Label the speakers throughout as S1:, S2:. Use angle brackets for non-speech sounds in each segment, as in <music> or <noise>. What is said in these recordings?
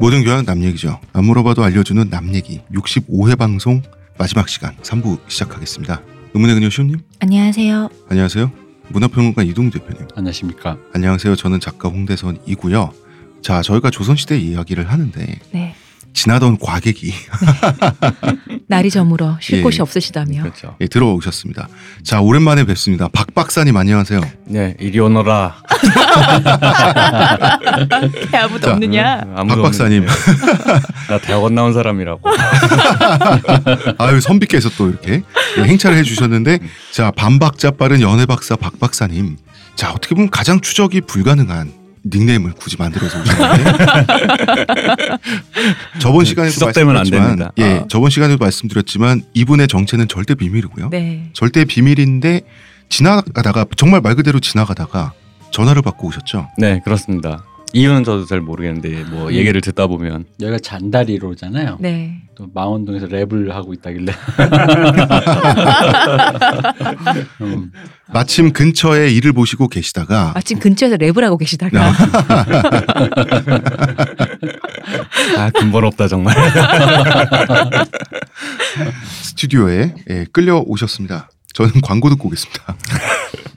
S1: 모든 교양 남 얘기죠. 안 물어봐도 알려주는 남 얘기 65회 방송 마지막 시간 3부 시작하겠습니다. 의문의 그녀 시우님
S2: 안녕하세요.
S1: 안녕하세요. 문화평론가 이동 대표님
S3: 안녕하십니까.
S1: 안녕하세요. 저는 작가 홍대선이고요. 자 저희가 조선시대 이야기를 하는데
S2: 네.
S1: 지나던 과객이 <laughs>
S2: 날이 저물어 쉴
S1: 예.
S2: 곳이 없으시다며.
S3: 그렇죠.
S1: 예, 들어오셨습니다. 자 오랜만에 뵙습니다. 박 박사님 안녕하세요.
S3: 네, 이리 오너라.
S2: 배 아무도
S1: 자,
S2: 없느냐?
S3: 음, 아무도
S1: 박 박사님.
S3: 없는데. 나 대학원 나온 사람이라고.
S1: 아유 선비께서 또 이렇게 예, 행차를 해주셨는데 자 반박자 빠른 연애 박사 박 박사님 자 어떻게 보면 가장 추적이 불가능한 닉네임을 굳이 만들어서
S3: <laughs>
S1: 오셨는데 저번 시간에도
S3: 네, 추적되면 안
S1: 말씀드렸지만
S3: 됩니다.
S1: 예
S2: 아.
S1: 저번 시간에도 말씀드렸지만 이분의 정체는 절대 비밀이고요
S2: 네.
S1: 절대 비밀인데 지나가다가 정말 말 그대로 지나가다가 전화를 받고 오셨죠
S3: 네, 그렇습니다. 이유는 저도 잘 모르겠는데
S4: 음.
S3: 뭐 얘기를 듣다 보면
S4: 여기가 잔다리로잖아요.
S2: 네.
S4: 또 망원동에서 랩을 하고 있다길래. 음,
S1: 마침 근처에 일을 보시고 계시다가
S2: 마침 근처에서 랩을 하고 계시다가
S3: 아 근본 없다 정말.
S1: 스튜디오에 예, 끌려오셨습니다. 저는 광고 듣고 오겠습니다. <laughs>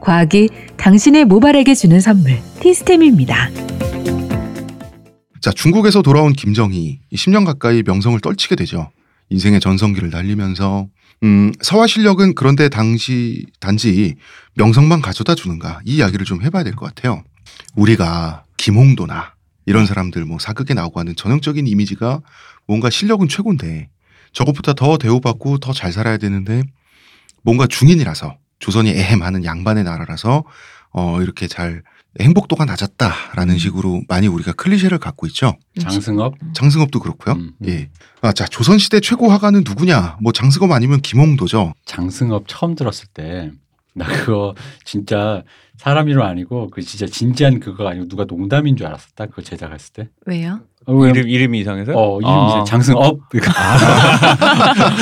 S5: 과학이 당신의 모발에게 주는 선물 티스템입니다.
S1: 자 중국에서 돌아온 김정희 10년 가까이 명성을 떨치게 되죠. 인생의 전성기를 날리면서 음, 서화 실력은 그런데 당시 단지 명성만 가져다 주는가 이 이야기를 좀 해봐야 될 것 같아요. 우리가 김홍도나 이런 사람들 뭐 사극에 나오고 하는 전형적인 이미지가 뭔가 실력은 최고인데 저것보다 더 대우받고 더 잘 살아야 되는데 뭔가 중인이라서 조선이 애헴하는 양반의 나라라서 어 이렇게 잘 행복도가
S4: 음.
S1: 낮았다라는 식으로 많이 우리가 클리셰를 갖고 있죠.
S4: 장승업.
S1: 장승업도 그렇고요.
S4: 음.
S1: 예. 아, 자, 조선시대 최고 화가는 누구냐? 뭐 장승업 아니면 김홍도죠.
S4: 장승업 처음 들었을 때. 나 그거 진짜 사람 이름 아니고 그 진짜 진지한 그거가 아니고 누가 농담인 줄 알았었다 그거 제작했을 때.
S2: 왜요?
S4: 어, 왜?
S3: 이름 이름이 이상해서?
S4: 어 이름이
S3: 아.
S4: 이제 장승업.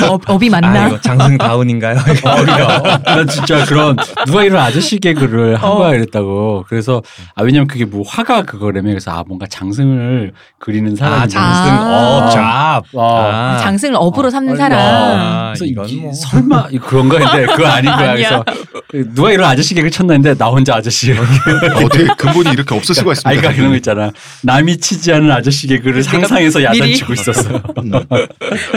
S2: 어, 업, 업이 맞나?
S3: 아, 이거 장승
S4: <laughs>
S3: 다운인가요?
S4: 나 진짜 그런 누가 이런 아저씨 개그를 한
S3: 어.
S4: 거야 이랬다고. 그래서 아 왜냐면 그게 뭐 화가 그거라며 그래서 아 뭔가 장승을 그리는 사람.
S3: 아 장승
S2: 아.
S3: 어 잡. 아.
S2: 장승을 업으로 삼는
S4: 어,
S2: 사람.
S3: 아,
S4: 그래서
S3: 이건
S4: 이게
S3: 뭐.
S4: 설마 이거 그런가
S3: <laughs>
S4: 했는데 그거 아닌 거야. 그래서 누가 이런 아저씨 개그 쳤나 했는데 나 혼자 아저씨.
S1: 어떻게 근본이 이렇게 없을 수가
S4: 그러니까 아이
S1: 있습니까?
S4: 가 그런 거 있잖아. 남이 치지 않은 아저씨 개그를
S3: 그러니까
S2: 내가
S4: 상상해서
S2: 미리.
S3: <laughs>
S4: 야단치고 있었어.
S1: 음.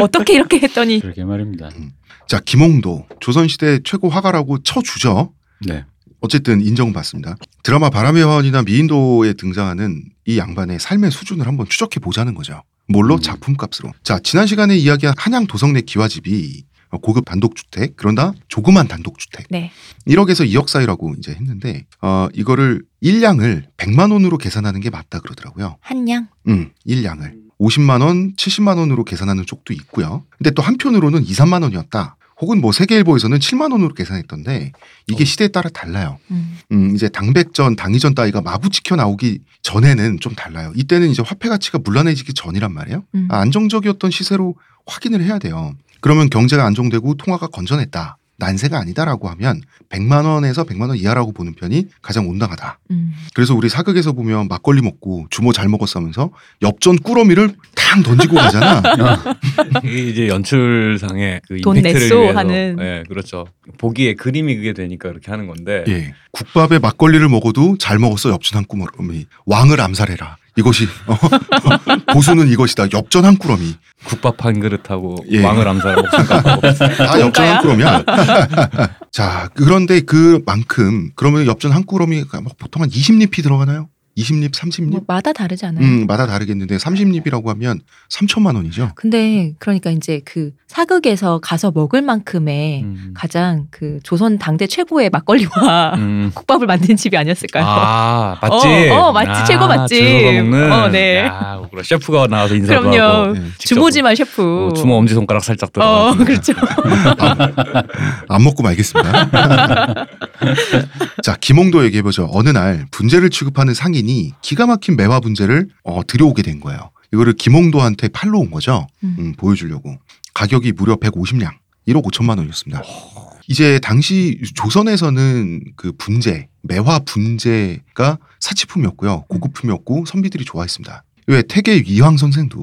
S2: 어떻게 이렇게 했더니
S4: 그러게 말입니다.
S3: 음.
S1: 자, 김홍도 조선시대 최고 화가라고 쳐주죠.
S4: 네.
S1: 어쨌든 인정받습니다. 드라마 바람의 화원이나 미인도에 등장하는 이 양반의 삶의 수준을 한번 추적해 보자는 거죠. 뭘로
S4: 음.
S1: 작품값으로. 자, 지난 시간에 이야기한 한양 도성내 기와집이 고급 단독주택, 그런다 조그만 단독주택.
S2: 네.
S1: 1억에서 2억 사이라고 이제 했는데 어, 이거를 1량을 100만 원으로 계산하는 게 맞다 그러더라고요.
S2: 한양.
S1: 음, 1량을 50만 원, 70만 원으로 계산하는 쪽도 있고요. 근데 또 한편으로는 2, 3만 원이었다. 혹은 뭐 세계일보에서는 7만 원으로 계산했던데 이게 시대에 따라 달라요.
S2: 음.
S1: 음, 이제 당백전, 당이전 따위가 마구 찍혀 나오기 전에는 좀 달라요. 이때는 이제 화폐 가치가 물란해지기 전이란 말이에요.
S2: 음.
S1: 아, 안정적이었던 시세로 확인을 해야 돼요. 그러면 경제가 안정되고 통화가 건전했다. 난세가 아니다라고 하면 100만 원에서 100만 원 이하라고 보는 편이 가장 온당하다.
S2: 음.
S1: 그래서 우리 사극에서 보면 막걸리 먹고 주모 잘 먹었어 하면서 엽전 꾸러미를 탕 던지고 가잖아.
S3: 이게 이제 연출상의 그
S2: 돈
S3: 임팩트를
S2: 냈소
S3: 위해서.
S2: 하는.
S3: 예, 그렇죠. 보기에 그림이 그게 되니까 그렇게 하는 건데.
S1: 예. 국밥에 막걸리를 먹어도 잘 먹었어 엽전 한 꾸러미. 왕을 암살해라. 이것이 어, <laughs> 보수는 이것이다. 엽전 한 꾸러미.
S3: 국밥 한 그릇하고
S1: 예.
S3: 왕을
S1: <laughs>
S3: 암살하고 잠깐하고.
S1: 다 엽전 한 꾸러미야. <laughs> 그뭐 자, 그런데 그만큼 그러면 엽전 한 꾸러미가 막 보통 한 20잎이 들어가나요? 20립, 30립?
S2: 뭐 마다 다르지 않아요?
S1: 음, 마다 다르겠는데 30립이라고 하면 3천만 원이죠.
S2: 근데 그러니까 이제 그 사극에서 가서 먹을 만큼의
S3: 음.
S2: 가장 그 조선 당대 최고의 막걸리와
S3: 음.
S2: <laughs> 국밥을 만든 집이 아니었을까요?
S3: 아 맞지.
S2: 어, 어, 맛집, 최고 맛집.
S3: 주부가 먹는.
S2: 어, 네.
S3: 야, 그래, 셰프가 나와서 인사도
S2: 그럼요.
S3: 하고.
S1: 예.
S3: 직접
S2: 주모지만 셰프.
S3: 어, 주모 엄지 손가락 살짝 들어가.
S2: 어, <laughs>
S3: <laughs>
S2: 그렇죠.
S1: 안 먹고 말겠습니다. 자, 김홍도 얘기해보죠. 어느 날 분재를 취급하는 상인이 기가 막힌 매화 분재를 어, 들여오게 된 거예요. 이거를 김홍도한테 팔러 온 거죠.
S2: 음.
S1: 음, 보여주려고. 가격이 무려 150량, 1억 5천만 원이었습니다. 이제 당시 조선에서는 그 분재, 매화 분재가 사치품이었고요. 고급품이었고 선비들이 좋아했습니다. 왜 태계 이황 선생도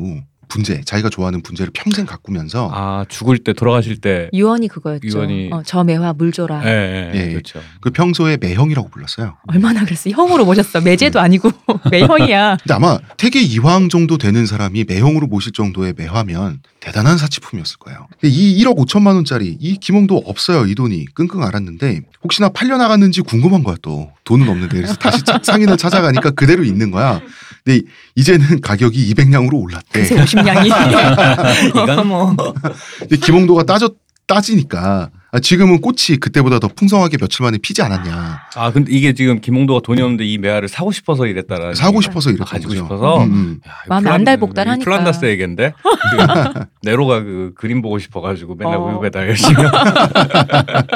S1: 분재, 자기가 좋아하는 분재를 평생 가꾸면서
S3: 아 죽을 때 돌아가실 때.
S2: 유언이 그거였죠.
S3: 유언이-
S2: 어, 저 매화 물 줘라.
S3: 예, 예,
S1: 예.
S3: 그렇죠.
S1: 그 평소에 매형이라고 불렀어요.
S2: 얼마나 그랬어. 형으로 모셨어. 매제도 아니고 <laughs>
S3: 네.
S2: 매형이야.
S1: 근데 아마 태계 이황 정도 되는 사람이 매형으로 모실 정도의 매화면 대단한 사치품이었을 거예요. 근데 이 1억 5천만 원짜리 이 기몽도 없어요 이 돈이 끙끙 앓았는데 혹시나 팔려 나갔는지 궁금한 거야 또 돈은 없는데 그래서 다시 차- 상인을 찾아가니까 그대로 있는 거야. 근데 이제는 가격이 200냥으로 올랐대.
S2: 그새 50냥이. <laughs>
S3: <laughs>
S2: 어,
S3: 이건 <laughs> 뭐.
S1: 근데 김홍도가 따져 따지니까 아, 지금은 꽃이 그때보다 더 풍성하게 며칠 만에 피지 않았냐
S3: 아 근데 이게 지금 김홍도가 돈이 없는데 이 메아를 사고 싶어서 이랬다라는.
S1: 사고
S3: 얘기가-
S1: 싶어서 이랬던
S3: 가지고
S1: 거죠. 음,
S3: 싶어서?
S1: 음.
S3: 야, 이거
S2: 마음이
S3: 플란-
S2: 안달복달하니까.
S3: 이
S2: <laughs>
S3: 플란다스 얘긴데 그 네로가 그 그림 보고 싶어가지고 맨날
S2: 어.
S3: 우유 배달 열심히
S2: <laughs>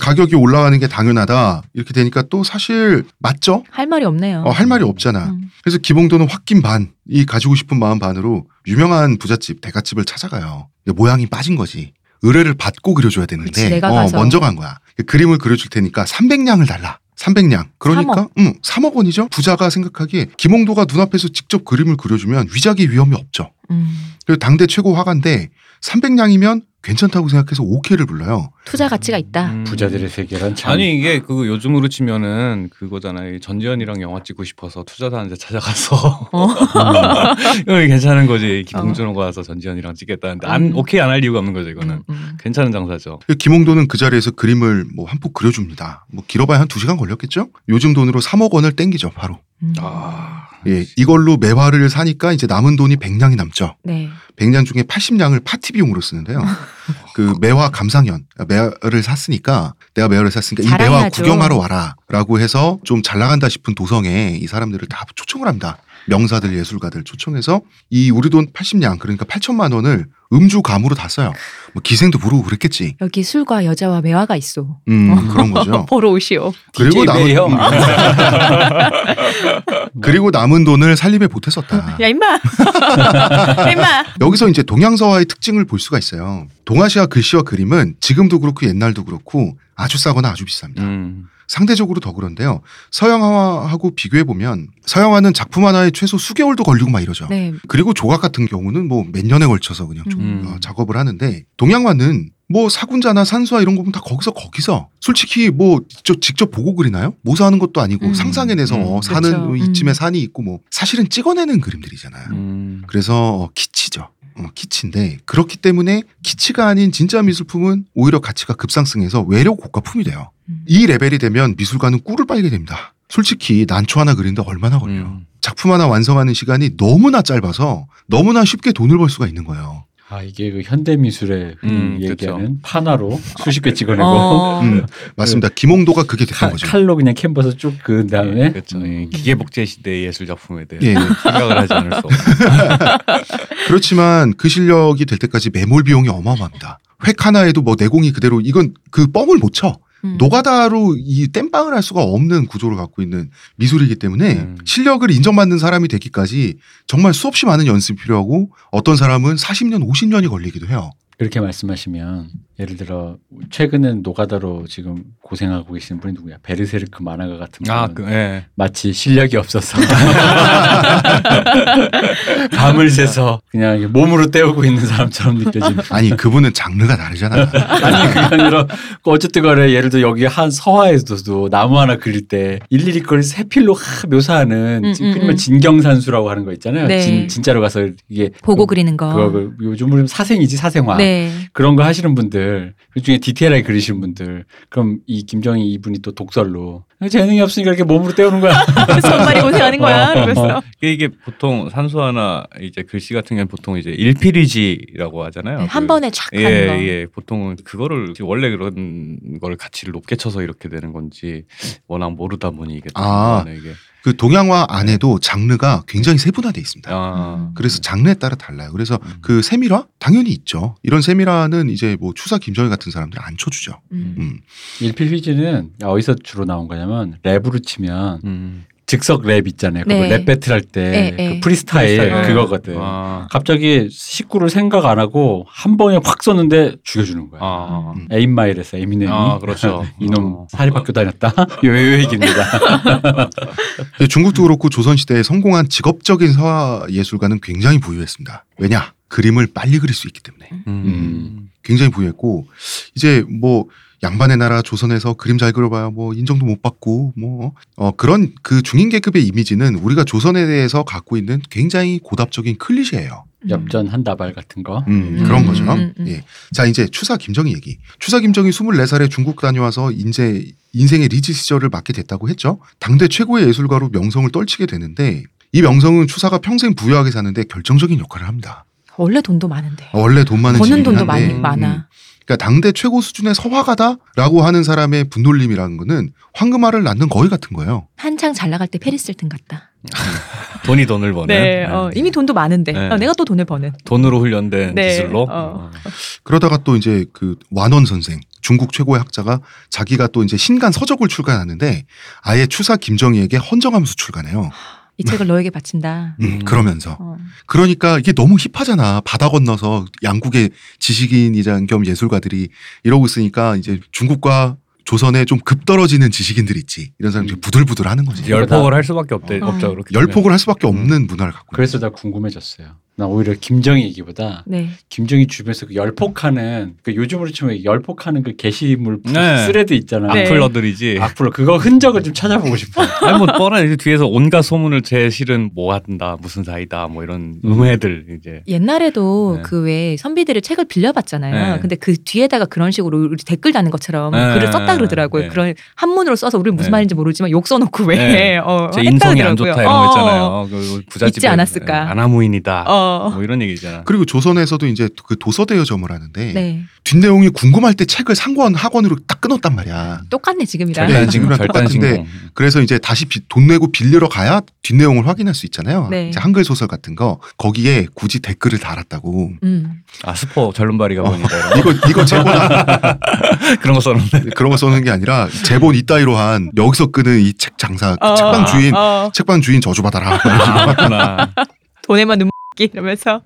S1: 가격이 올라가는 게 당연하다 이렇게 되니까 또 사실 맞죠?
S2: 할 말이 없네요.
S1: 어, 할 말이 없잖아.
S2: 음.
S1: 그래서 기봉도는 홧김 반, 이 가지고 싶은 마음 반으로 유명한 부잣집, 대갓집을 찾아가요. 근데 모양이 빠진 거지. 의뢰를 받고 그려줘야 되는데
S2: 그치, 내가
S1: 어,
S2: 가서.
S1: 먼저 간 거야. 그림을 그려줄 테니까 300냥을 달라. 300냥. 그러니까 음, 3억 원이죠. 부자가 생각하기에 김홍도가 눈앞에서 직접 그림을 그려주면 위작의 위험이 없죠.
S2: 음.
S1: 그리고 당대 최고 화가인데 300냥이면 괜찮다고 생각해서 5K를 불러요.
S2: 투자 가치가 있다.
S3: 음.
S4: 부자들의 세계란 참.
S3: 아니 이게 그 요즘으로 치면은 그거잖아요. 이 전지현이랑 영화 찍고 싶어서 투자사한테 찾아가서 <laughs>
S2: 어.
S4: 음.
S3: 여기 괜찮은 거지. 김홍준호가 와서 전지현이랑 찍겠다는데 안
S2: 음.
S3: 오케이 안 할 이유가 없는 거죠 이거는.
S2: 음, 음.
S3: 괜찮은 장사죠.
S1: 그래서 김홍도는 그 자리에서 그림을 뭐 한 폭 그려줍니다. 뭐 길어봐야 한 2시간 걸렸겠죠? 요즘 돈으로 3억 원을 땡기죠, 바로.
S2: 음.
S3: 아.
S1: 예, 이걸로 매화를 사니까 이제 남은 돈이 100냥이 남죠.
S2: 네.
S1: 100냥 중에 80냥을 파티 비용으로
S2: <laughs>
S1: 쓰는데요. 그 매화 감상연, 아, 매화를 샀으니까 내가 매화를 샀으니까 이 매화
S2: 자랑해야죠.
S1: 구경하러 와라라고 해서 좀 잘 나간다 싶은 도성에 이 사람들을 다 초청을 합니다. 명사들, 예술가들 초청해서 이 우리 돈 80냥 그러니까 8천만 원을 음주 감으로 다 써요. 뭐 기생도 부르고 그랬겠지.
S2: 여기 술과 여자와 매화가 있어.
S1: 음, 그런 거죠.
S2: 보러 오시오.
S1: 그리고
S3: DJ
S1: 남은
S3: 매형.
S1: 음. 그리고 남은 돈을 살림에 보탰었다.
S2: 야 임마. <laughs> 임마.
S1: 여기서 이제 동양서화의 특징을 볼 수가 있어요. 동아시아 글씨와 그림은 지금도 그렇고 옛날도 그렇고 아주 싸거나 아주 비쌉니다.
S3: 음.
S1: 상대적으로 더 그런데요. 서양화하고 비교해 보면 서양화는 작품 하나에 최소 수개월도 걸리고 막 이러죠.
S2: 네.
S1: 그리고 조각 같은 경우는 뭐 몇 년에 걸쳐서 그냥 좀
S2: 음.
S1: 어, 작업을 하는데 동양화는 뭐 사군자나 산수화 이런 거 보면 다 거기서 거기서 솔직히 뭐 직접, 직접 보고 그리나요? 모사하는 것도 아니고
S2: 음.
S1: 상상해내서
S3: 음.
S1: 어, 사는
S2: 그렇죠.
S1: 이쯤에
S2: 음.
S1: 산이 있고 뭐 사실은 찍어내는 그림들이잖아요.
S3: 음.
S1: 그래서 어, 키치죠. 어, 키치인데 그렇기 때문에 키치가 아닌 진짜 미술품은 오히려 가치가 급상승해서 외려 고가품이 돼요.
S2: 음.
S1: 이 레벨이 되면 미술가는 꿀을 빨게 됩니다. 솔직히 난초 하나 그리는데 얼마나 걸려요?
S3: 음.
S1: 작품 하나 완성하는 시간이 너무나 짧아서 너무나 쉽게 돈을 벌 수가 있는 거예요.
S4: 아 이게 그 현대 미술의 그
S3: 음,
S4: 얘기하는 판화로 수십 개 찍어내고 <laughs>
S2: 어.
S1: 음, 맞습니다. 김홍도가 그게 됐던
S4: 칼,
S1: 거죠.
S4: 칼로 그냥 캔버스 쭉 그 다음에
S3: 예, 그렇죠. 예, 기계 복제 시대의 예술 작품에 대해
S1: 예, 예.
S3: 생각을 하지 않을 수 없는.
S1: 그렇지만 그 실력이 될 때까지 매몰 비용이 어마어마합니다. 획 하나에도 뭐 내공이 그대로 이건 그 뻥을 못 쳐.
S2: 음.
S1: 노가다로 이 땜빵을 할 수가 없는 구조를 갖고 있는 미술이기 때문에
S3: 음.
S1: 실력을 인정받는 사람이 되기까지 정말 수없이 많은 연습이 필요하고 어떤 사람은 40년, 50년이 걸리기도 해요.
S4: 그렇게 말씀하시면 예를 들어 최근엔 노가다로 지금 고생하고 계시는 분이 누구야 베르세르크 만화가 같은 분은
S3: 아, 그, 예.
S4: 마치 실력이 없어서 <laughs> 밤을 새서 그냥 몸으로 때우고 있는 사람처럼 느껴지는 <laughs>
S1: 아니 그분은 장르가 다르잖아.
S4: 아니 그게 아니라 그 어쨌든 간에 예를 들어 여기 한 서화에서도 나무 하나 그릴 때 일일이 그걸 세 필로 하- 묘사하는
S2: 음,
S4: 지-
S2: 음,
S4: 그러면
S2: 음.
S4: 진경산수라고 하는 거 있잖아요
S2: 네.
S4: 진, 진짜로 가서 이게
S2: 보고 그리는 거.
S4: 그거 아. 그 요즘은 사생이지 사생화
S2: 네.
S4: 그런 거 하시는 분들 그중에 디테일하게 그리시는 분들 그럼 이 김정희 이분이 또 독설로 재능이 없으니까 이렇게 몸으로 때우는 거야.
S2: 전발이 고생하는 거야. 그랬어요.
S3: 이게 보통 산수화나 이제 글씨 같은 경우는 보통 이제 일필이지라고 하잖아요.
S2: 네,
S3: 그-
S2: 한 번에 촥
S3: 예,
S2: 가는 거.
S3: 예. 보통은 그거를 원래 그런 걸 가치를 높게 쳐서 이렇게 되는 건지 워낙 모르다 보니 이게 또
S1: 아.
S3: 그러네, 이게.
S1: 그 동양화 안에도 장르가 굉장히 세분화돼 있습니다.
S3: 아.
S1: 그래서 장르에 따라 달라요. 그래서
S3: 음.
S1: 그 세밀화 당연히 있죠. 이런 세밀화는 이제 뭐 추사 김정일 같은 사람들 안 쳐주죠.
S2: 음.
S1: 음.
S4: 일필 휘지는 어디서 주로 나온 거냐면 랩으로 치면
S3: 음.
S4: 즉석 랩 있잖아요. 그거
S2: 네.
S4: 랩 배틀 할 때
S2: 네, 네.
S4: 그 프리스타일
S3: 프리스타일.
S4: 그거거든.
S3: 아.
S4: 갑자기 식구를 생각 안 하고 한 번에 확 쏘는데 죽여주는 거야.
S3: 아.
S1: 음.
S4: 에임마일에서 에미넴이
S3: 아, 그렇죠.
S4: 이놈
S3: 어.
S4: 사립학교 다녔다. <laughs> 요
S3: <laughs>
S4: 얘기입니다.
S1: 이제 중국도 그렇고 조선시대에 성공한 직업적인 서화 예술가는 굉장히 부유했습니다. 왜냐? 그림을 빨리 그릴 수 있기 때문에
S3: 음.
S1: 굉장히 부유했고 이제 뭐 양반의 나라 조선에서 그림 잘 그려봐야 뭐 인정도 못 받고 뭐 어, 그런 그 중인 계급의 이미지는 우리가 조선에 대해서 갖고 있는 굉장히 고답적인 클리셰예요.
S4: 엽전 한 다발 같은 거.
S1: 음,
S2: 음,
S1: 그런 거죠.
S2: 음, 음.
S1: 예. 자, 이제 추사 김정희 얘기. 추사 김정희 24살에 중국 다녀와서 이제 인생의 리지 시절을 맞게 됐다고 했죠. 당대 최고의 예술가로 명성을 떨치게 되는데 이 명성은 추사가 평생 부유하게 사는데 결정적인 역할을 합니다.
S2: 원래 돈도 많은데.
S1: 어, 원래 돈 많은
S2: 버는
S1: 집이긴
S2: 돈도
S1: 한데,
S2: 많이, 많아.
S1: 그러니까 당대 최고 수준의 서화가다라고 하는 사람의 분놀림이라는 거는 황금알을 낳는 거위 같은 거예요.
S2: 한창 잘 나갈 때 페리슬튼 같다.
S3: 돈이 돈을 버는 아,
S2: 네, 어, 이미 돈도 많은데
S3: 네.
S2: 어, 내가 또 돈을 버는.
S3: 돈으로 훈련된
S2: 네,
S3: 기술로
S2: 어.
S1: 그러다가 또 이제 그 완원 선생 중국 최고의 학자가 자기가 또 이제 신간 서적을 출간하는데 아예 추사 김정희에게 헌정하면서 출간해요.
S2: 이 책을 너에게 바친다.
S1: 음, 그러면서
S2: 어.
S1: 그러니까 이게 너무 힙하잖아. 바다 건너서 양국의 지식인이장 겸 예술가들이 이러고 있으니까 이제 중국과 조선에 좀 급떨어지는 지식인들 있지. 이런 사람들이
S4: 음.
S1: 부들부들 하는 거지.
S4: 열- 음.
S3: 열폭을 할 수밖에 없대
S2: 어.
S3: 없죠 그렇게
S1: 열폭을 할 수밖에 없는 문화를 갖고
S4: 그래서 나 궁금해졌어요. 나 오히려 김정희 얘기보다
S2: 네.
S4: 김정희 주변에서 그 열폭하는 그 요즘으로 치면 열폭하는 그 게시물
S3: 네.
S4: 스레드 있잖아.
S2: 네.
S3: 악플러들이지
S4: 앞으로 그거 흔적을 좀 찾아보고 싶어.
S3: 아니 뭐 뻔한 이제 뒤에서 온갖 소문을 제 실은 뭐 한다 무슨 사이다 뭐 이런 음해들 이제
S2: 옛날에도
S3: 네.
S2: 그 왜 선비들을 책을 빌려봤잖아요.
S3: 네.
S2: 근데 그 뒤에다가 그런 식으로 우리 댓글 다는 것처럼
S3: 네.
S2: 글을 썼다 그러더라고요.
S3: 네.
S2: 그런 한문으로 써서 우리 무슨
S3: 네.
S2: 말인지 모르지만 욕 써놓고 왜
S3: 네.
S2: 어,
S3: 제
S2: 했다
S3: 인성이 안
S2: 그러더라고요.
S3: 좋다 이런 거 있잖아요
S2: 어,
S3: 그 부잣집
S2: 있지 않았을까.
S3: 아나무인이다
S2: 어, 어.
S3: 뭐 이런 얘기잖아
S1: 그리고 조선에서도 이제 그 도서대여점을 하는데
S2: 네.
S1: 뒷내용이 궁금할 때 책을 상권 학원으로 딱 끊었단 말이야.
S2: 똑같네 지금이랑.
S1: 네,
S3: 절단신
S1: 지금이랑 똑같은데
S3: 절단신공
S1: 그래서 이제 다시 비- 돈 내고 빌리러 가야 뒷내용을 확인할 수 있잖아요.
S2: 네.
S1: 이제 한글 소설 같은 거 거기에 굳이 댓글을 달았다고.
S2: 음.
S3: 아 스포 절름발이가
S1: 어.
S3: 보니까 이런.
S1: 이거 이거 제보다
S3: 그런 거 써놓는
S1: 그런 거 써는 게 아니라 제본 이따위로 한 여기서 끄는 이 책 장사 그
S2: 어,
S1: 책방
S2: 어,
S1: 주인
S2: 어.
S1: 책방 주인 저주받아라. <laughs>
S3: 아, 맞구나
S2: 돈에만 눈물 이러면서.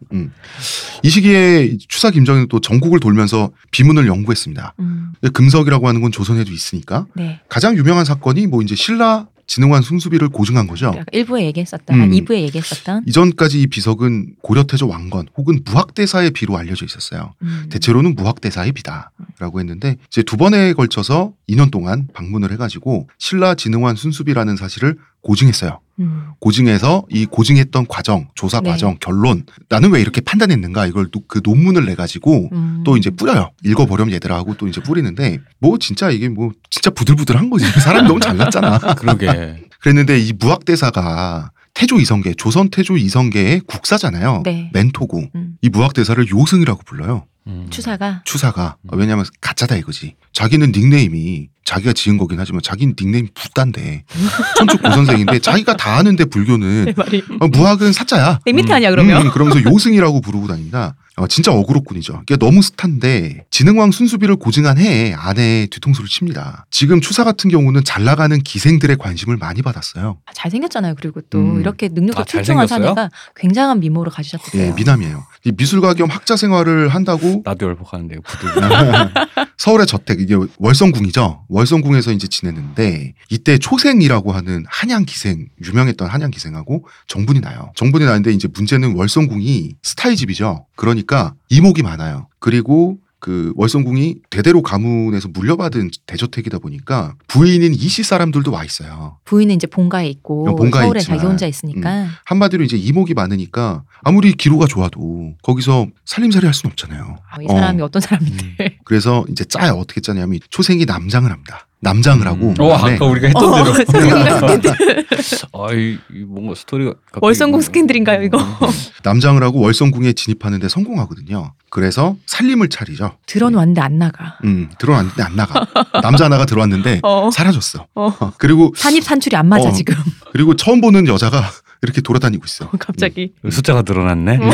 S1: 이 시기에 추사 김정희는 또 전국을 돌면서 비문을 연구했습니다.
S2: 음.
S1: 금석이라고 하는 건 조선에도 있으니까
S2: 네.
S1: 가장 유명한 사건이 뭐 이제 신라 진흥관 숭수비를 고증한
S3: 어.
S1: 거죠.
S2: 아까 1부에 얘기했었던,
S1: 음.
S2: 아, 2부에 얘기했었던.
S1: 이전까지 이 비석은 고려태조 왕건 혹은 무학대사의 비로 알려져 있었어요.
S2: 음.
S1: 대체로는 무학대사의 비다라고 했는데 이제 두 번에 걸쳐서 2년 동안 방문을 해가지고 신라 진흥환 순수비라는 사실을 고증했어요.
S2: 음.
S1: 고증해서 이 고증했던 과정, 조사
S2: 네.
S1: 과정, 결론 나는 왜 이렇게 판단했는가 이걸 또 그 논문을 내 가지고
S2: 음.
S1: 또 이제 뿌려요. 읽어보렴 얘들아 하고 또 이제 뿌리는데 뭐 진짜 이게 뭐 진짜 부들부들한 거지. <laughs> 사람이 너무 잘났잖아.
S3: <laughs>
S1: <laughs>
S3: 그러게
S1: 그랬는데 이 무학대사가 태조 이성계, 조선 태조 이성계의 국사잖아요.
S2: 네.
S1: 멘토고
S2: 음.
S1: 이 무학대사를 요승이라고 불러요.
S3: 음.
S2: 추사가
S1: 추사가
S3: 음.
S1: 아, 왜냐면 가짜다 이거지. 자기는 닉네임이 자기가 지은 거긴 하지만 자기는 닉네임
S2: <laughs>
S1: 부단데 천축 고선생인데 자기가 다 아는데 불교는
S3: 음.
S2: 내 말이
S1: 어, 무학은 사자야.
S2: 100m 네. 아니야
S1: 음,
S2: 그러면.
S1: 그러면서 요승이라고 부르고 다닌다. 어, 진짜 어그로꾼이죠. 이게 너무 스탄데 진흥왕 순수비를 고증한 해에 아내의 뒤통수를 칩니다. 지금 추사 같은 경우는 잘 나가는 기생들의 관심을 많이 받았어요.
S2: 아, 잘생겼잖아요. 그리고 또
S1: 음.
S2: 이렇게 능력도
S3: 아,
S2: 출중한
S3: 잘생겼어요?
S2: 사내가 굉장한 미모를 가지셨대요.
S1: 예, 미남이에요. 이 미술가 겸 학자 생활을 한다고
S3: 나도 열폭하는데 부들
S2: 아,
S1: <laughs> 서울의 저택 이게 월성궁이죠. 월성궁에서 이제 지냈는데 이때 초생이라고 하는 한양 기생 유명했던 한양 기생하고 정분이 나요. 정분이 나는데 이제 문제는 월성궁이 스타의 집이죠. 그러니까 이목이 많아요. 그리고 그 월성궁이 대대로 가문에서 물려받은 대저택이다 보니까 부인인 이씨 사람들도 와 있어요.
S2: 부인은 이제 본가에 있고
S1: 어, 본가에
S2: 서울에
S1: 있지만.
S2: 자기 혼자
S4: 음.
S2: 있으니까 뭐
S1: 한마디로 이제 이목이 많으니까 아무리 기로가 좋아도 거기서 살림살이 할 수는 없잖아요.
S2: 어, 이
S1: 어.
S4: 음.
S3: 음.
S2: 사람이 어떤 사람인데
S1: 그래서 이제 짜요. 어떻게 짜냐면 초생이 남장을 합니다. 남장을 하고
S3: 음.
S4: 어,
S1: 그다음에
S4: 아까 우리가 했던
S2: 어,
S4: <laughs>
S2: 성공한
S4: 대로.
S2: 스캔들.
S3: 아이 이 뭔가 스토리가 갑자기 뭐 음.
S2: 월성공
S3: 뭔가-
S2: 스캔들인가요, 이거?
S1: 남장을 하고 월성궁에 진입하는데 성공하거든요. 그래서 살림을 차리죠.
S2: 들어놨는데 안 나가.
S1: 음, 들어왔는데 안 나가. 남자 하나가 들어왔는데
S2: <laughs> 어.
S1: 사라졌어.
S2: 어.
S1: 어, 그리고
S2: 산입 산출이 안 맞아
S1: 어.
S2: 지금.
S1: 그리고 처음 보는 여자가 <laughs> 이렇게 돌아다니고 있어.
S2: <laughs> 갑자기.
S3: 숫자가 늘어났네.
S1: <laughs>
S2: 음.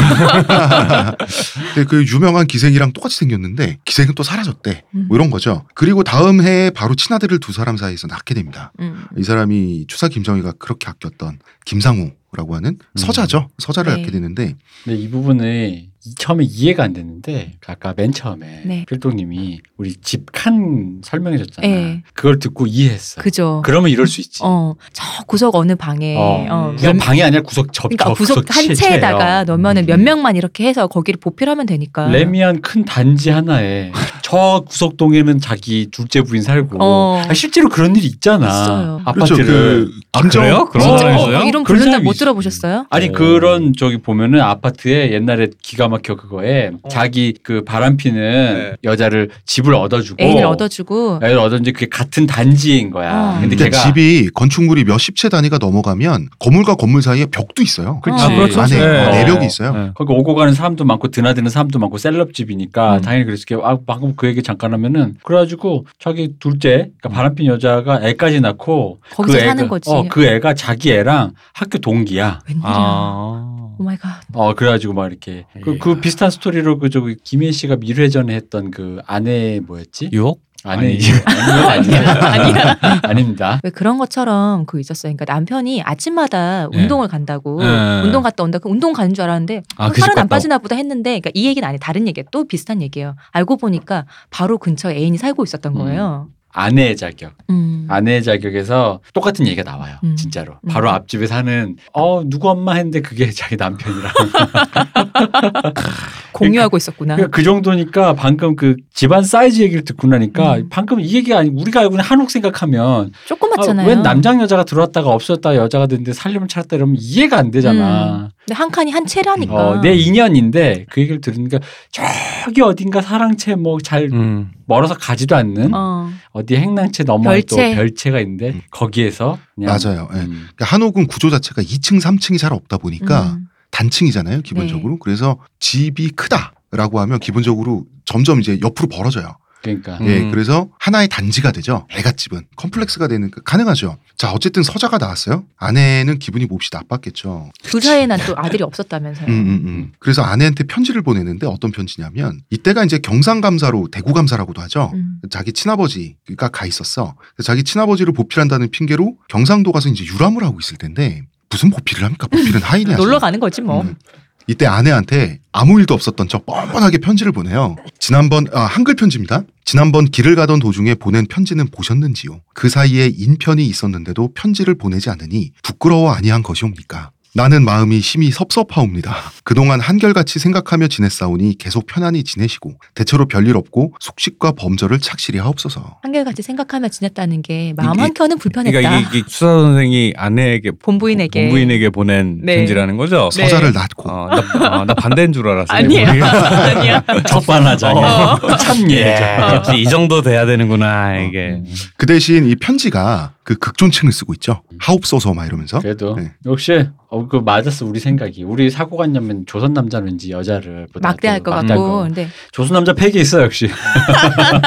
S1: 근데 그 유명한 기생이랑 똑같이 생겼는데 기생은 또 사라졌대.
S2: 음.
S1: 뭐 이런 거죠. 그리고 다음 해에 바로 친아들을 두 사람 사이에서 낳게 됩니다.
S2: 음.
S1: 이 사람이 추사 김정희가 그렇게 아꼈던 김상우라고 하는 서자죠. 서자를
S2: 네.
S1: 낳게 되는데
S4: 근데 이 부분이 이- 처음에 이해가 안 됐는데 아까 맨 처음에
S2: 네.
S4: 필동님이 우리 집 칸 설명해줬잖아.
S2: 네.
S4: 그걸 듣고 이해했어.
S2: 그죠.
S4: 그러면 이럴 수 있지.
S2: 어, 저 구석 어느 방에.
S4: 어.
S2: 어.
S4: 이건 방이 아니라 구석 접.
S2: 그러니까
S4: 저
S2: 구석 한
S4: 체-
S2: 채에다가 네.
S4: 체예요.
S2: 넣으면 몇
S4: 음.
S2: 명만 이렇게 해서 거기를 보필하면 되니까.
S4: 어. 레미안 큰 단지 하나에 저 구석동에는 자기 둘째 부인 살고
S2: 어.
S4: 아, 실제로 그런 일이 있잖아.
S2: 있어요.
S1: 그렇죠.
S4: 아파트를
S1: 그
S3: 아,
S1: 김정-
S3: 그래요? 그런
S2: 진짜?
S3: 사람이
S2: 어,
S3: 있어요?
S2: 이런
S4: 그런
S2: 불륜단
S4: 사람이
S2: 못
S4: 있어요.
S2: 들어보셨어요?
S4: 아니
S3: 오.
S4: 그런 저기 보면은 아파트에 옛날에 기가 막혀 그거에 자기 그 바람피는 여자를 집을 얻어주고
S2: 애인을 얻어주고
S4: 애를 얻었는데 그게 같은 단지인 거야.
S2: 어.
S4: 근데
S1: 근데
S4: 걔가
S1: 집이 건축물이 몇십 채 단위가 넘어가면 건물과 건물 사이에 벽도 있어요.
S4: 그렇지.
S2: 아,
S3: 그렇죠.
S1: 안에
S3: 네.
S1: 어,
S3: 어.
S1: 내벽이 있어요.
S4: 거기 오고 가는 사람도 많고 드나드는 사람도 많고 셀럽집이니까
S2: 음.
S4: 당연히 그랬을 게아 방금 그 얘기 잠깐 하면은 그래가지고 자기 둘째 그러니까 바람핀 여자가 애까지 낳고 그
S2: 거기서
S4: 애가-
S2: 사는 거지.
S4: 어, 그 애가 자기 애랑 학교 동기야.
S2: 웬일이야.
S3: 아.
S2: 오 마이 갓.
S4: 어, 그래가지고 막 이렇게. 그, 그
S3: 이야.
S4: 비슷한 스토리로 그 저기 김혜 씨가 밀회 전에 했던 그 아내 뭐였지?
S3: 유혹?
S4: 아내
S3: 아니지.
S4: 아니야. <laughs> 아니야. 아닙니다.
S2: 왜 그런 것처럼 그 있었어요. 그러니까 남편이 아침마다
S3: 네.
S2: 운동을 간다고
S3: 네.
S2: 운동 갔다 온다. 그 운동 가는 줄 알았는데
S3: 아,
S2: 어,
S3: 그집
S2: 살은 안
S3: 갔다
S2: 빠지나 보다 했는데 그러니까 이 얘기는 아니 다른 얘기예요. 또 비슷한 얘기예요. 알고 보니까 바로 근처에 애인이 살고 있었던
S4: 음.
S2: 거예요.
S4: 아내의 자격.
S2: 음.
S4: 아내의 자격에서 똑같은 얘기가 나와요.
S2: 음.
S4: 진짜로.
S2: 음.
S4: 바로 앞집에 사는 어 누구 엄마 했는데 그게 자기 남편이라.
S2: 공유하고 <laughs> 있었구나.
S4: 그러니까 그 정도니까 방금 그 집안 사이즈 얘기를 듣고 나니까
S2: 음.
S4: 방금 이 얘기가 아니 우리가 알고 있는 한옥 생각하면
S2: 조그맣잖아요.
S4: 아, 웬 남장 여자가 들어왔다가 없어졌다가 여자가 됐는데 살림을 차렸다 이러면 이해가 안 되잖아.
S2: 근데 한 칸이 한 채라니까.
S4: 어, 내 인연인데 그 얘기를 들으니까 저기 어딘가 사랑채 뭐 잘
S3: 음.
S4: 멀어서 가지도 않는
S2: 어.
S4: 어. 디 행랑채 넘어 또
S2: 별채.
S4: 별채가 있는데
S1: 음.
S4: 거기에서 그냥
S1: 맞아요. 예.
S4: 음.
S1: 그러니까 한옥은 구조 자체가 2층, 3층이 잘 없다 보니까
S2: 음.
S1: 단층이잖아요, 기본적으로. 그래서 집이 크다라고 하면 기본적으로 점점 이제 옆으로 벌어져요.
S4: 그러니까
S3: 음.
S1: 예, 그래서 하나의 단지가 되죠. 애갓집은 컴플렉스가 되는 그- 가능하죠. 자, 어쨌든 서자가 나왔어요. 아내는 기분이 몹시 나빴겠죠.
S2: 그 사이에 난 또 아들이 없었다면서요.
S1: 음, 음, 음. 그래서 아내한테 편지를 보내는데 어떤 편지냐면 이때가 이제 경상감사로 대구감사라고도 하죠.
S2: 음.
S1: 자기 친아버지가 가 있었어. 그래서 자기 친아버지를 보필한다는 핑계로 경상도 가서 이제 유람을 하고 있을 텐데 무슨 보필을 합니까? 보필은 하이네.
S2: 놀러 가는 거지 뭐.
S1: 음. 이때 아내한테 아무 일도 없었던 척 뻔뻔하게 편지를 보내요. 지난번 아, 한글 편지입니다. 지난번 길을 가던 도중에 보낸 편지는 보셨는지요? 그 사이에 인편이 있었는데도 편지를 보내지 않으니 부끄러워 아니한 것이옵니까? 나는 마음이 심히 섭섭하옵니다. 그동안 한결같이 생각하며 지냈사오니 계속 편안히 지내시고 대체로 별일 없고 속식과 범절을 착실히 하옵소서.
S2: 한결같이 생각하며 지냈다는 게 마음
S3: 이게-
S2: 한 켠은 불편했다.
S3: 그러니까 이게, 이게 수사 선생이 아내에게
S2: 본부인에게.
S3: 본부인에게 보낸
S2: 네.
S3: 편지라는 거죠.
S2: 네.
S1: 서자를 낳고 네.
S3: 어, 나, 어, 나 반대인 줄 알았어.
S2: 아니에요. <laughs> 아니야.
S4: 음, 첫반하자
S2: 어.
S4: 참 예.
S3: 예. 음.
S4: 예자.
S3: 역시 이 정도 돼야 되는구나 이게.
S1: <laughs> 그 대신 이 편지가 그 극존칭을 쓰고 있죠. 하옵소서 막
S3: 어?
S1: 이러면서
S4: 그래도
S1: 네.
S4: 역시 어, 그 맞았어 우리 생각이 우리 사고관념은 조선 남자는지 여자를 보다
S2: 막대할
S4: 더
S2: 것
S4: 막대할
S2: 같고.
S4: 거.
S2: 근데
S4: 조선 남자 팩이 있어 역시 <laughs>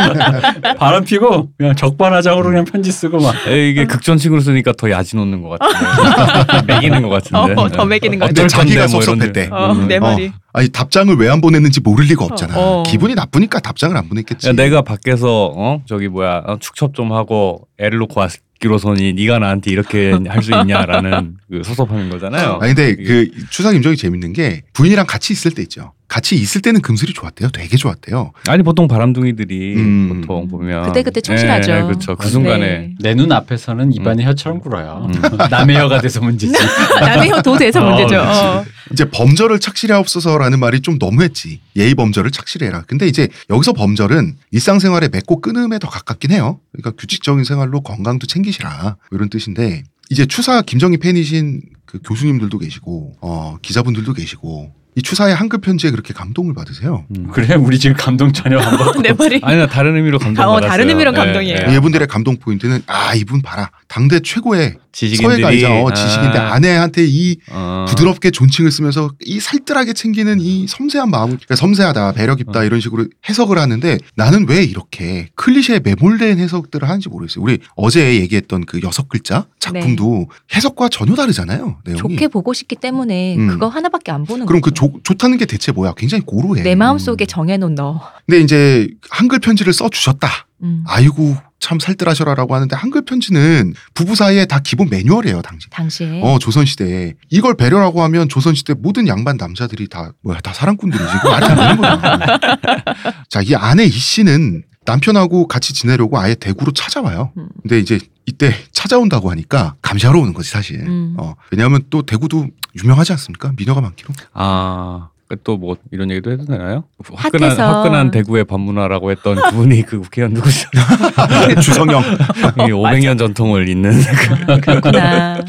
S4: 바람 피고 그냥 적반하장으로 그냥 편지 쓰고 막
S3: 어, 음. 에이, 이게 극존칭으로 쓰니까 더 야진 오는 것 같은데. <laughs> 매기는 것
S6: 네.
S3: 같은데.
S2: 어, 더 매기는 것
S3: 어쩔
S1: 같아. 근데
S3: 건데
S1: 자기가
S3: 뭐 이런
S1: 섭섭했대.
S3: 데.
S2: 어,
S3: 음.
S2: 내 말이.
S1: 아니 답장을 왜 안 보냈는지 모를 리가 없잖아.
S2: 어, 어.
S1: 기분이 나쁘니까 답장을 안 보냈겠지.
S3: 야, 내가 밖에서 어 저기 뭐야 어, 축첩 좀 하고 애를 놓고 왔기로서니 네가 나한테 이렇게 할 수 있냐라는 그 섭섭한 거잖아요.
S1: 아니 근데 그 추사 김정이 재밌는 게 부인이랑 같이 있을 때 있죠. 같이 있을 때는 금슬이 좋았대요. 되게 좋았대요.
S3: 아니 보통 바람둥이들이
S1: 음.
S3: 보통 보면
S2: 그때그때 충실하죠.
S3: 예, 예, 그렇죠. 그 순간에
S2: 네.
S4: 내 눈 앞에서는 입안이
S3: 음.
S4: 혀처럼 굴어요 <laughs> 남의 혀가
S3: <laughs>
S4: 돼서 문제지
S2: 남의 형 도대에서
S4: 어,
S2: 문제죠. 어.
S1: 이제 범절을 착실해 없어서라는 말이 좀 너무했지. 예의 범절을 착실해라. 근데 이제 여기서 범절은 일상생활의 맺고 끊음에 더 가깝긴 해요. 그러니까 규칙적인 생활로 건강도 챙기시라 이런 뜻인데 이제 추사 김정희 팬이신 그 교수님들도 계시고 어, 기자분들도 계시고 이 추사의 한글 편지에 그렇게 감동을 받으세요.
S3: 음.
S4: 그래 우리 지금 감동 전혀
S2: <laughs>
S4: 안 받고
S2: 내 말이.
S3: 아니 나 다른 의미로 감동
S2: 네. 어,
S3: 받았어요. 예,
S2: 다른 의미로 감동이에요. 네.
S1: 이분들의 감동 포인트는 아 이분 봐라 당대 최고의
S3: 지식인들이
S1: 서예가이자 어, 지식인데
S3: 아,
S1: 아내한테 이
S3: 어.
S1: 부드럽게 존칭을 쓰면서 이 살뜰하게 챙기는 이 섬세한 마음을 그러니까 섬세하다 배려
S3: 어.
S1: 깊다 이런 식으로 해석을 하는데 나는 왜 이렇게 클리셰에 매몰된 해석들을 하는지 모르겠어요. 우리 어제 얘기했던 그 여섯 글자 작품도 해석과 전혀 다르잖아요. 내용이.
S2: 네. 좋게 보고 싶기 때문에
S1: 음.
S2: 그거 하나밖에 안 보는
S1: 그럼
S2: 거죠.
S1: 그
S2: 네.
S1: 좋- 좋다는 게 대체 뭐야? 굉장히 고루해.
S2: 내 마음 속에 정해놓은 너.
S1: 근데 이제 한글 편지를 써 주셨다.
S2: 음.
S1: 아이고 참 살뜰하셔라라고 하는데 한글 편지는 부부 사이에 다 기본 매뉴얼이에요, 당시.
S2: 당시에
S1: 어 조선 시대에 이걸 배려라고 하면 조선 시대 모든 양반 남자들이 다 뭐야 다 사랑꾼들이지 이거 말이 안 되는
S2: <laughs>
S1: 거야. 자이 아내 이 씨는 남편하고 같이 지내려고 아예 대구로 찾아와요.
S2: 음.
S1: 근데 이제 이때 찾아온다고 하니까 감시하러 오는 거지 사실.
S2: 음.
S1: 어 왜냐하면 또 대구도 유명하지 않습니까? 미녀가 많기로.
S3: 아. 또 뭐 이런 얘기도 해도 되나요? 화끈한
S2: 핫해서.
S3: 화끈한 대구의
S2: <laughs>
S3: 반문화라고 했던 그분이 그 국회의원 누구죠?
S1: <laughs> 주성영.
S3: 이 500년 전통을 잇는
S1: <laughs>
S2: 그렇구나.
S1: 음.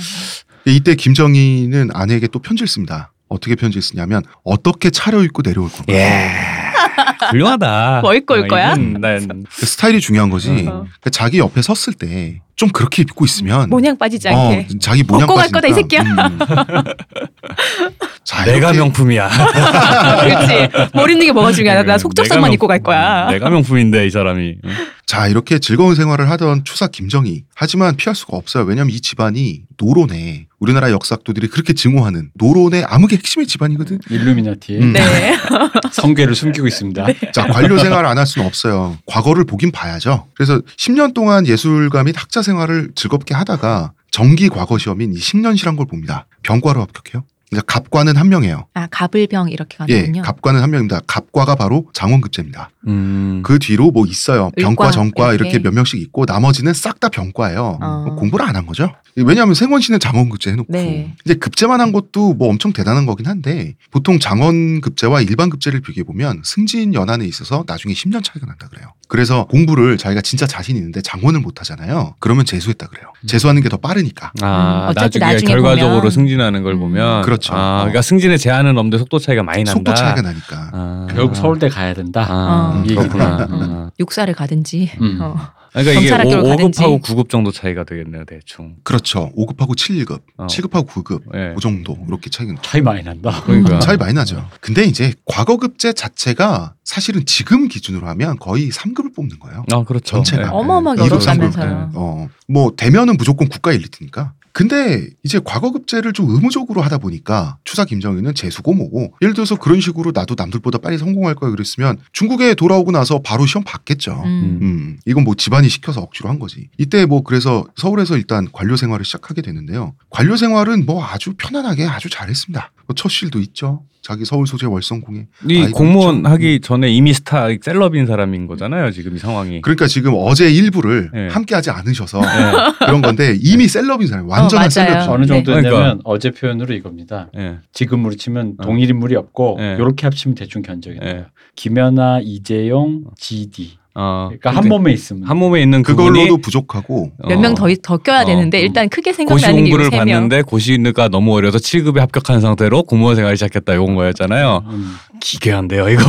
S1: 예, 이때 김정희는 아내에게 또 편지를 씁니다. 어떻게 편지를 쓰냐면 어떻게 차려입고 내려올 건가.
S3: 예. 훌륭하다.
S2: 뭘 걸
S3: 아,
S2: 거야?
S3: 이분 난
S1: 그 스타일이 중요한 거지.
S3: 어.
S1: 그러니까 자기 옆에 섰을 때 좀 그렇게 입고 있으면
S2: 모냥 빠지지 않게.
S1: 어, 자기 모양
S2: 벗고 갈 거다, 이
S1: 빠지니까.
S3: <laughs>
S1: 음.
S2: 아,
S1: 자,
S3: 내가
S1: 이렇게
S2: <laughs>
S3: 명품이야.
S2: 그렇지. 머리 있는 게 뭐가 아, 중요하다. 나
S1: 음.
S3: 내가
S2: 속적상만
S3: 명-
S2: 입고 갈 거야.
S3: 내가 명품인데 이 사람이. 어? 응?
S1: 자 이렇게 즐거운 생활을 하던 추사 김정희 하지만 피할 수가 없어요. 왜냐하면 이 집안이 노론에 우리나라 역사학도들이 그렇게 증오하는 노론의 암흑의 핵심의 집안이거든.
S4: 일루미나티
S1: 음.
S2: 네.
S4: 성괴를 숨기고 있습니다.
S1: 자 관료 생활 안 할 수는 없어요. 과거를 보긴 봐야죠. 그래서 10년 동안 예술가 및 학자 생활을 즐겁게 하다가 정기 과거 시험인 이 10년시란 걸 봅니다. 병과로 합격해요. 이제 갑과는 한 명이에요.
S2: 아 가불병 이렇게
S1: 예,
S2: 가는군요.
S1: 갑과는 한 명입니다. 갑과가 바로 장원급제입니다.
S3: 음. 네.
S1: 그 뒤로 뭐 있어요. 병과,
S2: 을과,
S1: 정과 이렇게.
S2: 이렇게
S1: 몇 명씩 있고 나머지는 싹 다 병과예요. 뭐
S2: 어.
S1: 공부를 안 한 거죠. 왜냐하면 생원 씨는 장원급제 해놓고
S2: 네.
S1: 이제 급제만 한 것도 뭐 엄청 대단한 거긴 한데 보통 장원급제와 일반급제를 비교해 보면 승진 연한에 있어서 나중에 10년 차이가 난다 그래요. 그래서 공부를 자기가 진짜 자신 있는데 장원을 못 하잖아요. 그러면 재수했다 그래요.
S3: 음.
S1: 재수하는 게 더 빠르니까.
S3: 아,
S2: 음, 어차피
S3: 나중에,
S2: 나중에
S3: 결과적으로
S2: 보면.
S3: 승진하는 걸
S2: 음.
S3: 보면
S1: 그렇죠.
S3: 아,
S1: 어.
S3: 그러니까 승진의 제한은 없는데 속도 차이가 많이 난다.
S1: 속도 차이가 나니까.
S3: 아.
S4: 결국 서울대 가야 된다.
S3: 아,
S2: 어.
S3: 그렇구나.
S2: 음.
S3: 아.
S2: 육사를 가든지.
S4: 음.
S2: 어.
S3: 그러니까 이게
S2: 검찰학교를
S3: 5, 급
S2: 가든지.
S3: 하고 9급 정도 차이가 되겠네요, 대충.
S1: 그렇죠. 5급하고 7급,
S3: 어.
S1: 7급하고 9급
S3: 예.
S1: 그 정도 이렇게 차이가 나죠.
S4: 차이 많이 난다.
S3: 그러니까
S1: 차이 많이 나죠. 근데 이제 과거급제 자체가 사실은 지금 기준으로 하면 거의 3급을 뽑는 거예요.
S3: 아, 그렇죠.
S1: 전체가.
S3: 예.
S2: 어마어마하게
S3: 이급,
S2: 어렵다면서요.
S3: 삼급. 예.
S1: 어, 뭐 대면은 무조건 국가 엘리트니까. 근데 이제 과거급제를 좀 의무적으로 하다 보니까 추사 김정희는 재수고 뭐고 예를 들어서 그런 식으로 나도 남들보다 빨리 성공할 거야 그랬으면 중국에 돌아오고 나서 바로 시험 봤겠죠.
S2: 음.
S1: 음, 이건 뭐 집안이 시켜서 억지로 한 거지. 이때 뭐 그래서 서울에서 일단 관료 생활을 시작하게 되는데요. 관료 생활은 뭐 아주 편안하게 아주 잘했습니다. 뭐 첫실도 있죠. 자기 서울 소재 월성공예.
S3: 이
S1: 아이고,
S3: 공무원
S1: 참.
S3: 하기 전에 이미 스타 셀럽인 사람인 거잖아요, 지금 이 상황이.
S1: 그러니까 지금 어제 일부를
S3: 예.
S1: 함께하지 않으셔서
S3: 예.
S1: 그런 건데 이미 셀럽인 사람, 완전한
S2: 맞아요.
S1: 셀럽.
S4: <laughs> 어느 정도냐면
S3: 그러니까.
S4: 어제 표현으로 이겁니다.
S3: 예.
S4: 지금으로 치면
S3: 어.
S4: 동일 인물이 없고
S3: 예.
S4: 이렇게 합치면 대충 견적이
S3: 예.
S4: 나요. 김연아, 이재용, GD.
S3: 어,
S4: 그러니까 한 몸에 있으면
S3: 한 몸에 있는
S1: 그걸로도 부족하고
S2: 몇 명 더 더 껴야
S3: 어.
S2: 되는데 일단 크게
S3: 고시
S2: 생각나는
S3: 공부를
S2: 게세 명.
S3: 봤는데 고시가 너무 어려서 7급에 합격한 상태로 공무원 생활을 시작했다 이건 거였잖아요.
S4: 음,
S3: 기괴한데요 이거.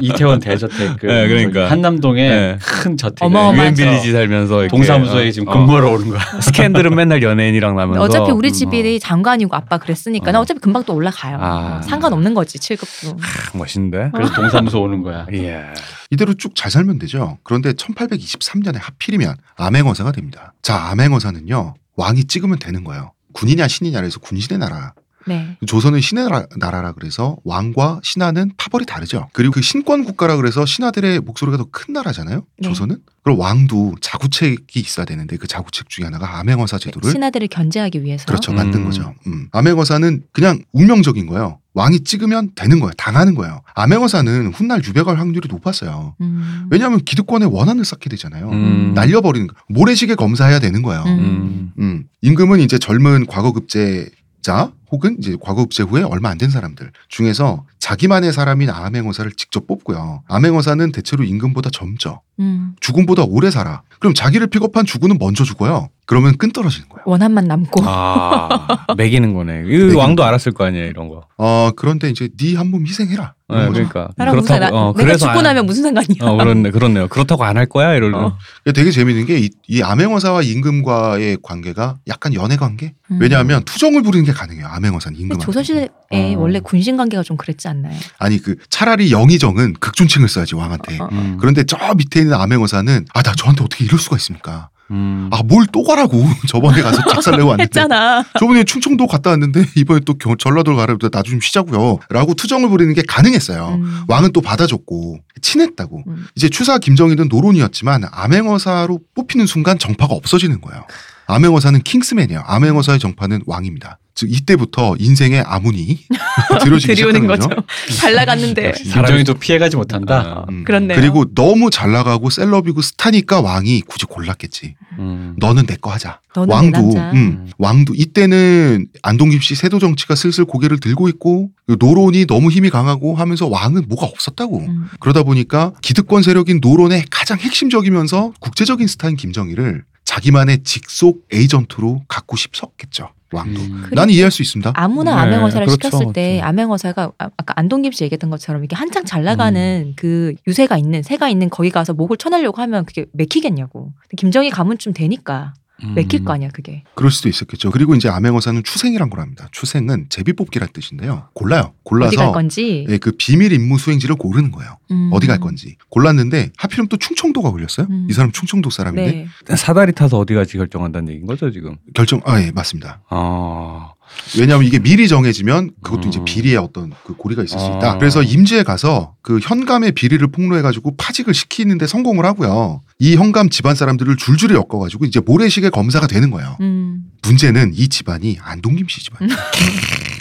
S4: 이태원 대저택 그
S3: 예, 그러니까.
S1: 네.
S4: 한남동에
S3: 예.
S4: 큰 저택
S2: 어마어마한
S3: 유엔 빌리지 살면서 이렇게,
S4: 동사무소에
S3: 어,
S4: 지금
S3: 어,
S4: 근무하러 오는 거야.
S3: 스캔들은 맨날 연예인이랑 나면서
S2: 어차피 우리
S3: 음,
S2: 집이 네. 장관이고 아빠 그랬으니까
S3: 어.
S2: 나 어차피 금방 또 올라가요.
S3: 아.
S2: 어, 상관없는 거지 7급도.
S3: 크, 멋있는데.
S4: 그래서 동사무소 오는 거야.
S2: 어.
S3: 예.
S1: 이대로 쭉 잘 살면 되죠. 그런데 1823년에 하필이면 암행어사가 됩니다. 자, 암행어사는요. 왕이 찍으면 되는 거예요. 군이냐 신이냐에서 군신의 나라.
S2: 네.
S1: 조선은 신의 나라- 나라라 그래서 왕과 신하는 파벌이 다르죠. 그리고 그 신권 국가라 그래서 신하들의 목소리가 더 큰 나라잖아요.
S2: 네.
S1: 조선은. 그럼 왕도 자구책이 있어야 되는데 그 자구책 중에 하나가 암행어사 제도를
S2: 신하들을 견제하기 위해서.
S1: 그렇죠
S3: 음.
S1: 만든 거죠. 음. 암행어사는 그냥 운명적인 거예요. 왕이 찍으면 되는 거예요. 당하는 거예요. 암행어사는 훗날 유배갈 확률이 높았어요.
S2: 음.
S1: 왜냐하면 기득권의 원한을 쌓게 되잖아요.
S3: 음.
S1: 날려버리는 거. 모래시계 검사해야 되는 거예요.
S2: 음.
S1: 음, 임금은 이제 젊은 과거급제 자 혹은 이제 과거 급제 후에 얼마 안 된 사람들 중에서 자기만의 사람인 암행어사를 직접 뽑고요. 암행어사는 대체로 임금보다 젊죠.
S2: 음.
S1: 죽음보다 오래 살아. 그럼 자기를 픽업한 죽음은 먼저 죽어요. 그러면 끈 떨어지는 거예요.
S2: 원한만 남고 <laughs>
S1: <laughs>
S3: 아 매기는 거네. 이
S1: 매기는
S3: 왕도
S1: 거야.
S3: 알았을 거 아니에요 이런 거.
S1: 어 그런데 이제 네 한 몸 희생해라.
S3: 네,
S1: 이런 거죠.
S3: 그러니까
S2: 나랑 무슨 나,
S3: 어,
S2: 내가 죽고
S3: 안-
S2: 나면 무슨 상관이야?
S3: 어 그렇네 그렇네요. 그렇다고 안 할 거야 이럴
S2: 어.
S1: 이게 되게 재밌는 게 이 암행어사와 임금과의 관계가 약간 연애 관계?
S2: 음.
S1: 왜냐하면 투정을 부리는 게 가능해요. 암행어사는 임금.
S2: 근데
S1: 한테.
S2: 조선시대에
S3: 음.
S2: 원래 군신 관계가 좀 그랬지 않나요?
S1: 아니 그 차라리 영의정은 극존칭을 써야지 왕한테.
S2: 어, 어.
S3: 음.
S1: 그런데 저 밑에 있는 암행어사는 아 나 저한테 어떻게 이럴 수가 있습니까?
S3: 음.
S1: 아 뭘 또 가라고 <laughs> 저번에 가서 작살내고 왔는데
S2: 했잖아.
S1: 저번에 충청도 갔다 왔는데 <laughs> 이번에 또 겨- 전라도 가려고 나좀 쉬자고요라고 투정을 부리는 게 가능했어요.
S2: 음.
S1: 왕은 또 받아줬고 친했다고
S2: 음.
S1: 이제 추사 김정일은 노론이었지만 암행어사로 뽑히는 순간 정파가 없어지는 거예요. 암행어사는 킹스맨이에요. 암행어사의 정파는 왕입니다. 즉 이때부터 인생의
S2: <laughs>
S1: 아문이 들어오기
S2: 들이오는
S1: 시작하는
S2: 거죠.
S1: 거죠.
S2: 잘 나갔는데
S3: 역시
S4: 감정이 또 피해가지 못한다.
S3: 아,
S1: 음.
S2: 그렇네요.
S1: 그리고 너무 잘 나가고 셀럽이고 스타니까 왕이 굳이 골랐겠지.
S3: 음.
S1: 너는 내 거 하자.
S2: 너는 내
S1: 왕도
S2: 남자.
S1: 음, 왕도 이때는 안동김 씨 세도 정치가 슬슬 고개를 들고 있고 그 노론이 너무 힘이 강하고 하면서 왕은 뭐가 없었다고.
S2: 음.
S1: 그러다 보니까 기득권 세력인 노론의 가장 핵심적이면서 국제적인 스타인 김정일을 자기만의 직속 에이전트로 갖고 싶었겠죠. 왕도.
S4: 음.
S2: 그
S1: 난 이해할 수 있습니다.
S2: 아무나
S3: 네,
S2: 암행어사를
S3: 그렇죠,
S2: 시켰을 때
S3: 그렇죠.
S2: 암행어사가 아- 아까 안동김 씨 얘기했던 것처럼 이게 한창 잘 나가는
S3: 음.
S2: 그 유세가 있는 새가 있는 거기 가서 목을 쳐내려고 하면 그게 맥히겠냐고. 근데 김정희 가문쯤 되니까
S3: 음.
S2: 음. 맥힐 거 아니야 그게.
S1: 그럴 수도 있었겠죠. 그리고 이제 암행어사는 추생이란 걸 합니다. 추생은 제비뽑기란 뜻인데요. 골라요.
S2: 어디 갈
S1: 골라서
S2: 건지.
S1: 예, 그 비밀 임무 수행지를 고르는 거예요.
S2: 음.
S1: 어디 갈 건지 골랐는데 하필이면 또 충청도가 걸렸어요.
S2: 음.
S1: 이 사람 충청도 사람인데
S2: 네.
S3: 사다리 타서 어디 갈지 결정한다는 얘기인 거죠 지금.
S1: 결정 아 예 맞습니다.
S3: 아
S1: 왜냐하면 이게 미리 정해지면 그것도
S3: 음.
S1: 이제 비리의 어떤 그 고리가 있을 수 있다.
S3: 아.
S1: 그래서 임지에 가서 그 현감의 비리를 폭로해가지고 파직을 시키는데 성공을 하고요. 이 현감 집안 사람들을 줄줄이 엮어가지고 이제 모래시계 검사가 되는 거예요.
S2: 음.
S1: 문제는 이 집안이 안동김 씨 집안.
S2: <laughs>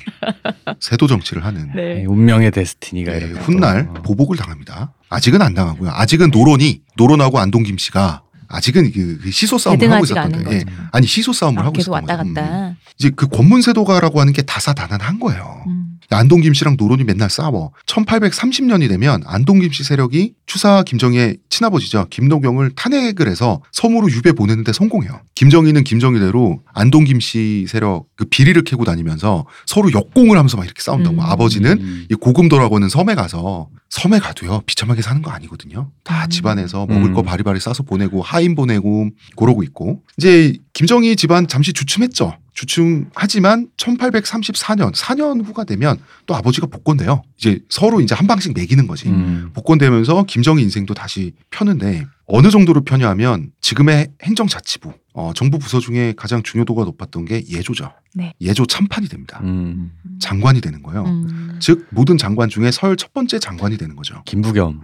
S1: 세도 정치를 하는
S2: 네.
S3: 운명의 데스티니가
S1: 네,
S3: 이렇게 또,
S1: 훗날
S3: 어.
S1: 보복을 당합니다. 아직은 안 당하고요. 아직은 노론이 노론하고 안동김 씨가 아직은 그 시소 싸움을 하고
S2: 대등하지가 않은
S1: 있었거든요. 예.
S2: 거죠.
S1: 아니 시소 싸움을
S2: 아,
S1: 하고
S2: 계속
S1: 있었던
S2: 왔다
S1: 거죠. 음.
S2: 갔다.
S1: 이제 그 권문세도가라고 하는 게 다사다난한 거예요.
S2: 음.
S1: 안동김 씨랑 노론이 맨날 싸워. 1830년이 되면 안동김 씨 세력이 추사 김정희의 친아버지죠. 김노경을 탄핵을 해서 섬으로 유배 보내는데 성공해요. 김정희는 김정희대로 안동김 씨 세력 그 비리를 캐고 다니면서 서로 역공을 하면서 막 이렇게 싸운다고.
S2: 음.
S1: 아버지는
S4: 음.
S1: 이 고금도라고 하는 섬에 가서 섬에 가도요 비참하게 사는 거 아니거든요. 다
S2: 음.
S1: 집안에서 먹을
S3: 음.
S1: 거 바리바리 싸서 보내고 하인 보내고 그러고 있고 이제 김정희 집안 잠시 주춤했죠. 주춤하지만 1834년 4년 후가 되면 또 아버지가 복권돼요. 이제 서로 이제 한 방씩 매기는 거지.
S3: 음.
S1: 복권되면서 김정희 인생도 다시 펴는데 어느 정도로 펴냐면 지금의 행정자치부 어, 정부 부서 중에 가장 중요도가 높았던 게 예조죠.
S2: 네.
S1: 예조 참판이 됩니다.
S3: 음.
S1: 장관이 되는 거예요.
S2: 음.
S1: 즉 모든 장관 중에 서열 첫 번째 장관이 되는 거죠.
S3: 김부겸.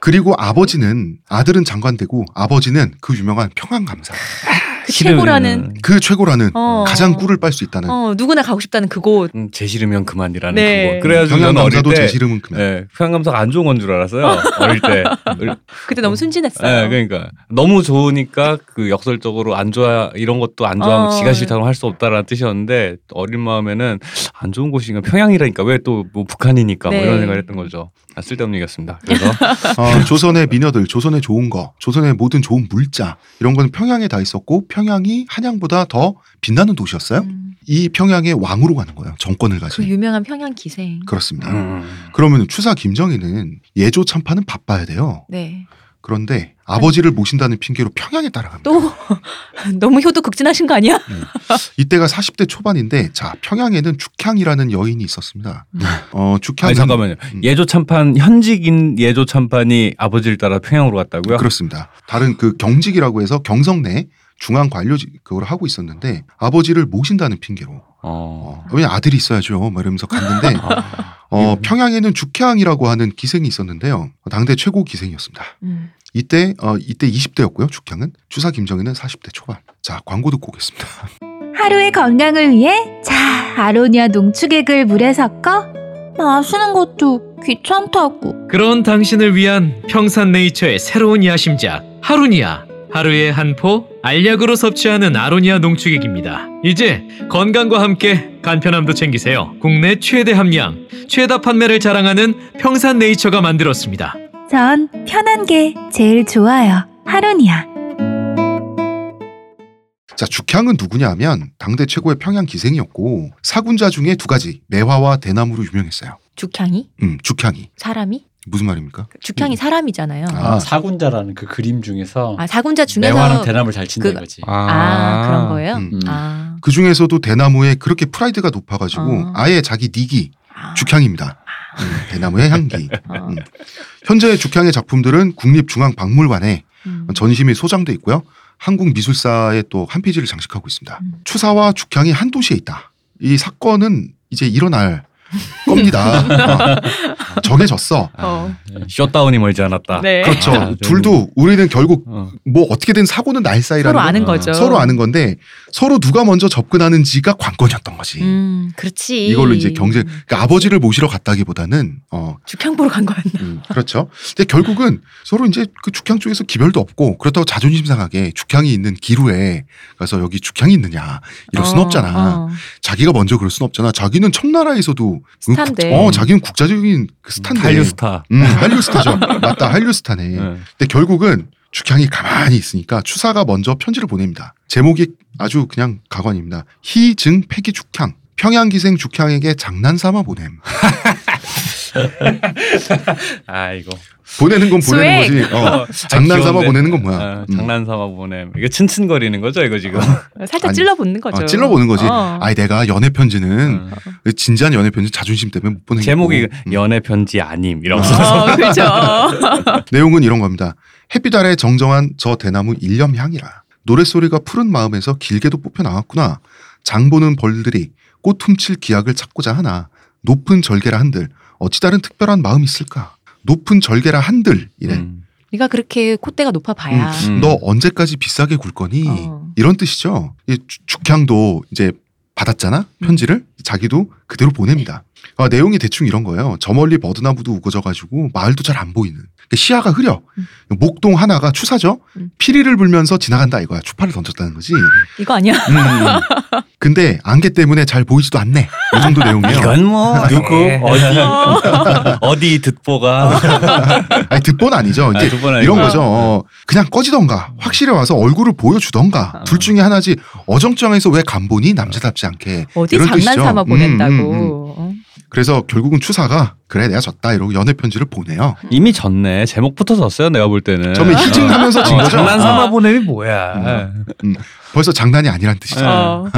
S1: 그리고 아버지는 아들은 장관되고 아버지는 그 유명한 평안감사
S2: 그 최고라는
S1: 그 최고라는
S2: 어.
S1: 가장 꿀을 빨 수 있다는
S2: 어, 누구나 가고 싶다는 그곳.
S3: 음, 제 싫으면 그만이라는
S2: 네.
S3: 그거. 그래가지고 저는 어릴
S1: 평안감사도
S3: 때
S1: 제 이름은 그만.
S3: 네, 평양감사가 안 좋은 건 줄 알았어요. 어릴
S1: <laughs>
S3: 때. 어릴-
S2: 그때 너무 순진했어요.
S3: 네, 그러니까 너무 좋으니까 그 역설적으로 안 좋아 이런 것도 안 좋아하면
S2: 어.
S3: 지가 싫다고 할 수 없다라는 뜻이었는데 어린 마음에는 안 좋은 곳이니까 평양이라니까 왜 또 뭐 북한이니까
S2: 네.
S3: 뭐 이런 생각을 했던 거죠. 아, 쓸데없는 얘기였습니다.
S1: <laughs>
S3: 그래서
S1: 어, 조선의 미녀들, 조선의 좋은 거, 조선의 모든 좋은 물자 이런 건 평양에 다 있었고 평양이 한양보다 더 빛나는 도시였어요.
S2: 음.
S1: 이 평양의 왕으로 가는 거예요. 정권을
S2: 그
S1: 가진.
S2: 유명한 평양 기생.
S1: 그렇습니다.
S3: 음.
S1: 그러면 추사 김정희는 예조 참판은 바빠야 돼요.
S2: 네.
S1: 그런데 아버지를 모신다는 핑계로 평양에 따라갑니다.
S2: 또 <laughs> 너무 효도 극진하신 거 아니야?
S1: 이때가 40대 초반인데 자 평양에는 죽향이라는 여인이 있었습니다.
S2: 음.
S1: 어 죽향
S3: 네. 아니, 잠깐만요.
S1: 음.
S3: 예조 참판 현직인 예조 참판이 아버지를 따라 평양으로 갔다고요?
S1: 그렇습니다. 다른 그 경직이라고 해서 경성내 중앙 관료직 그걸 하고 있었는데 아버지를 모신다는 핑계로
S3: 어.
S1: 어, 왜 아들이 있어야죠. 막 이러면서 갔는데
S3: 아. <laughs>
S1: 어, 평양에는 죽향이라고 하는 기생이 있었는데요. 당대 최고 기생이었습니다.
S2: 음.
S1: 이때 어, 이때 20대였고요. 죽향은 주사 김정희는 40대 초반. 자 광고 듣고 오겠습니다.
S5: 하루의 건강을 위해 자 아로니아 농축액을 물에 섞어
S7: 마시는 것도 귀찮다고.
S6: 그런 당신을 위한 평산네이처의 새로운 야심작 하루니아 하루에 한 포 알약으로 섭취하는 아로니아 농축액입니다. 이제 건강과 함께 간편함도 챙기세요. 국내 최대 함량, 최다 판매를 자랑하는 평산네이처가 만들었습니다.
S7: 전 편한 게 제일 좋아요. 하루니아.
S1: 자, 죽향은 누구냐 하면 당대 최고의 평양 기생이었고 사군자 중에 두 가지 매화와 대나무로 유명했어요.
S2: 죽향이?
S1: 음, 죽향이
S2: 사람이?
S1: 무슨 말입니까? 음.
S2: 죽향이 사람이잖아요.
S1: 아.
S2: 아,
S4: 아, 사군자라는 그 그림 중에서
S2: 사군자 아, 중에서
S4: 매화랑 대나무를 잘 친다
S2: 그-
S4: 이거지.
S2: 아 그런 거예요?
S1: 음.
S4: 음.
S2: 아,
S1: 그 중에서도 대나무에 그렇게 프라이드가 높아가지고
S2: 어.
S1: 아예 자기 닉이
S2: 아.
S1: 죽향입니다. 음, 대나무의 향기.
S2: 어.
S1: 음. 현재 죽향의 작품들은 국립중앙박물관에
S2: 음.
S1: 전시미 소장돼 있고요. 한국미술사에 또 한 페이지를 장식하고 있습니다.
S2: 음.
S1: 추사와 죽향이 한 도시에 있다. 이 사건은 이제 일어날 겁니다. 어. 정해졌어.
S2: 어.
S3: 셧다운이 멀지 않았다.
S2: 네.
S1: 그렇죠.
S3: 아,
S1: 둘도 우리는 결국
S3: 어.
S1: 뭐 어떻게든 사고는 날 사이라는
S2: 서로
S1: 거-
S2: 아는
S3: 거.
S2: 거죠.
S1: 서로 아는 건데 서로 누가 먼저 접근하는지가 관건이었던 거지.
S2: 음, 그렇지.
S1: 이걸로 이제 경쟁. 그러니까 아버지를 모시러 갔다기보다는 어
S2: 죽향 보러 간 거였나?
S1: 음, 그렇죠. 근데 결국은 서로 이제 그 죽향 쪽에서 기별도 없고 그렇다고 자존심 상하게 죽향이 있는 기루에 가서 여기 죽향이 있느냐 이럴 순
S2: 어,
S1: 없잖아.
S2: 어.
S1: 자기가 먼저 그럴 순 없잖아. 자기는 청나라에서도 그
S2: 스타인데.
S1: 국- 어 자기는 국제적인 그 스타인데.
S3: 한류스타.
S1: 음, 한류스타죠. 맞다, 한류스타네.
S3: 네.
S1: 근데 결국은 죽향이 가만히 있으니까 추사가 먼저 편지를 보냅니다. 제목이 아주 그냥 가관입니다. 희증 폐기 죽향. 평양기생 죽향에게 장난삼아 보냄.
S3: 아 이거
S1: 보내는 건 보내는 거지. 어, 장난삼아
S3: 귀여운데.
S1: 보내는 건 뭐야?
S3: 아,
S1: 음.
S3: 장난삼아 보냄. 이거 친친거리는 거죠 이거 지금.
S2: 살짝
S1: 아니,
S2: 찔러보는 거죠.
S1: 아, 찔러보는 거지.
S2: 어.
S1: 아이 내가 연애 편지는
S3: 음.
S1: 진지한 연애 편지 자존심 때문에 못 보내고
S3: 제목이 연애 편지 아님 이라고 써.
S1: <laughs>
S2: 어, 그렇죠.
S1: 내용은 이런 겁니다. 햇빛 아래 정정한 저 대나무 일념향이라 노랫소리가 푸른 마음에서 길게도 뽑혀 나왔구나. 장보는 벌들이 꽃 훔칠 기약을 찾고자 하나 높은 절개라 한들 어찌 다른 특별한 마음이 있을까? 높은 절개라 한들 이래.
S3: 음.
S2: 네가 그렇게 콧대가 높아 봐야.
S3: 음.
S1: 너 언제까지 비싸게 굴 거니?
S2: 어.
S1: 이런 뜻이죠. 이 주- 죽향도 이제 받았잖아 편지를 자기도 그대로 보냅니다. 아, 내용이 대충 이런 거예요. 저 멀리 버드나무도 우거져가지고 마을도 잘 안 보이는 그러니까 시야가 흐려.
S2: 음.
S1: 목동 하나가 추사죠.
S2: 음.
S1: 피리를 불면서 지나간다 이거야. 추파를 던졌다는 거지.
S2: 이거 아니야?
S1: <laughs> 근데 안개 때문에 잘 보이지도 않네. 이 정도 내용이에요.
S3: 이건 뭐
S4: 누구?
S3: 예. 어디 어디 듣보가 아,
S1: 아니 듣본 아니죠. 아, 이제
S3: 두번
S1: 이런 거죠. 어, 그냥 꺼지던가 확실히 와서 얼굴을 보여주던가
S3: 아.
S1: 둘 중에 하나지 어정쩡해서 왜 간보니 남자답지 않게
S2: 어디
S1: 이런 뜻이죠.
S2: 장난삼아
S1: 음,
S2: 보낸다고.
S1: 음, 음.
S2: 어.
S1: 그래서 결국은 추사가 그래 내가 졌다 이러고 연애 편지를 보내요.
S3: 이미 졌네 제목부터 졌어요 내가 볼 때는
S1: 처음에 희증하면서 진 거죠.
S3: 장난삼아 보냄이 뭐야
S1: 음. 벌써 장난이 아니란 뜻이죠.
S2: 어.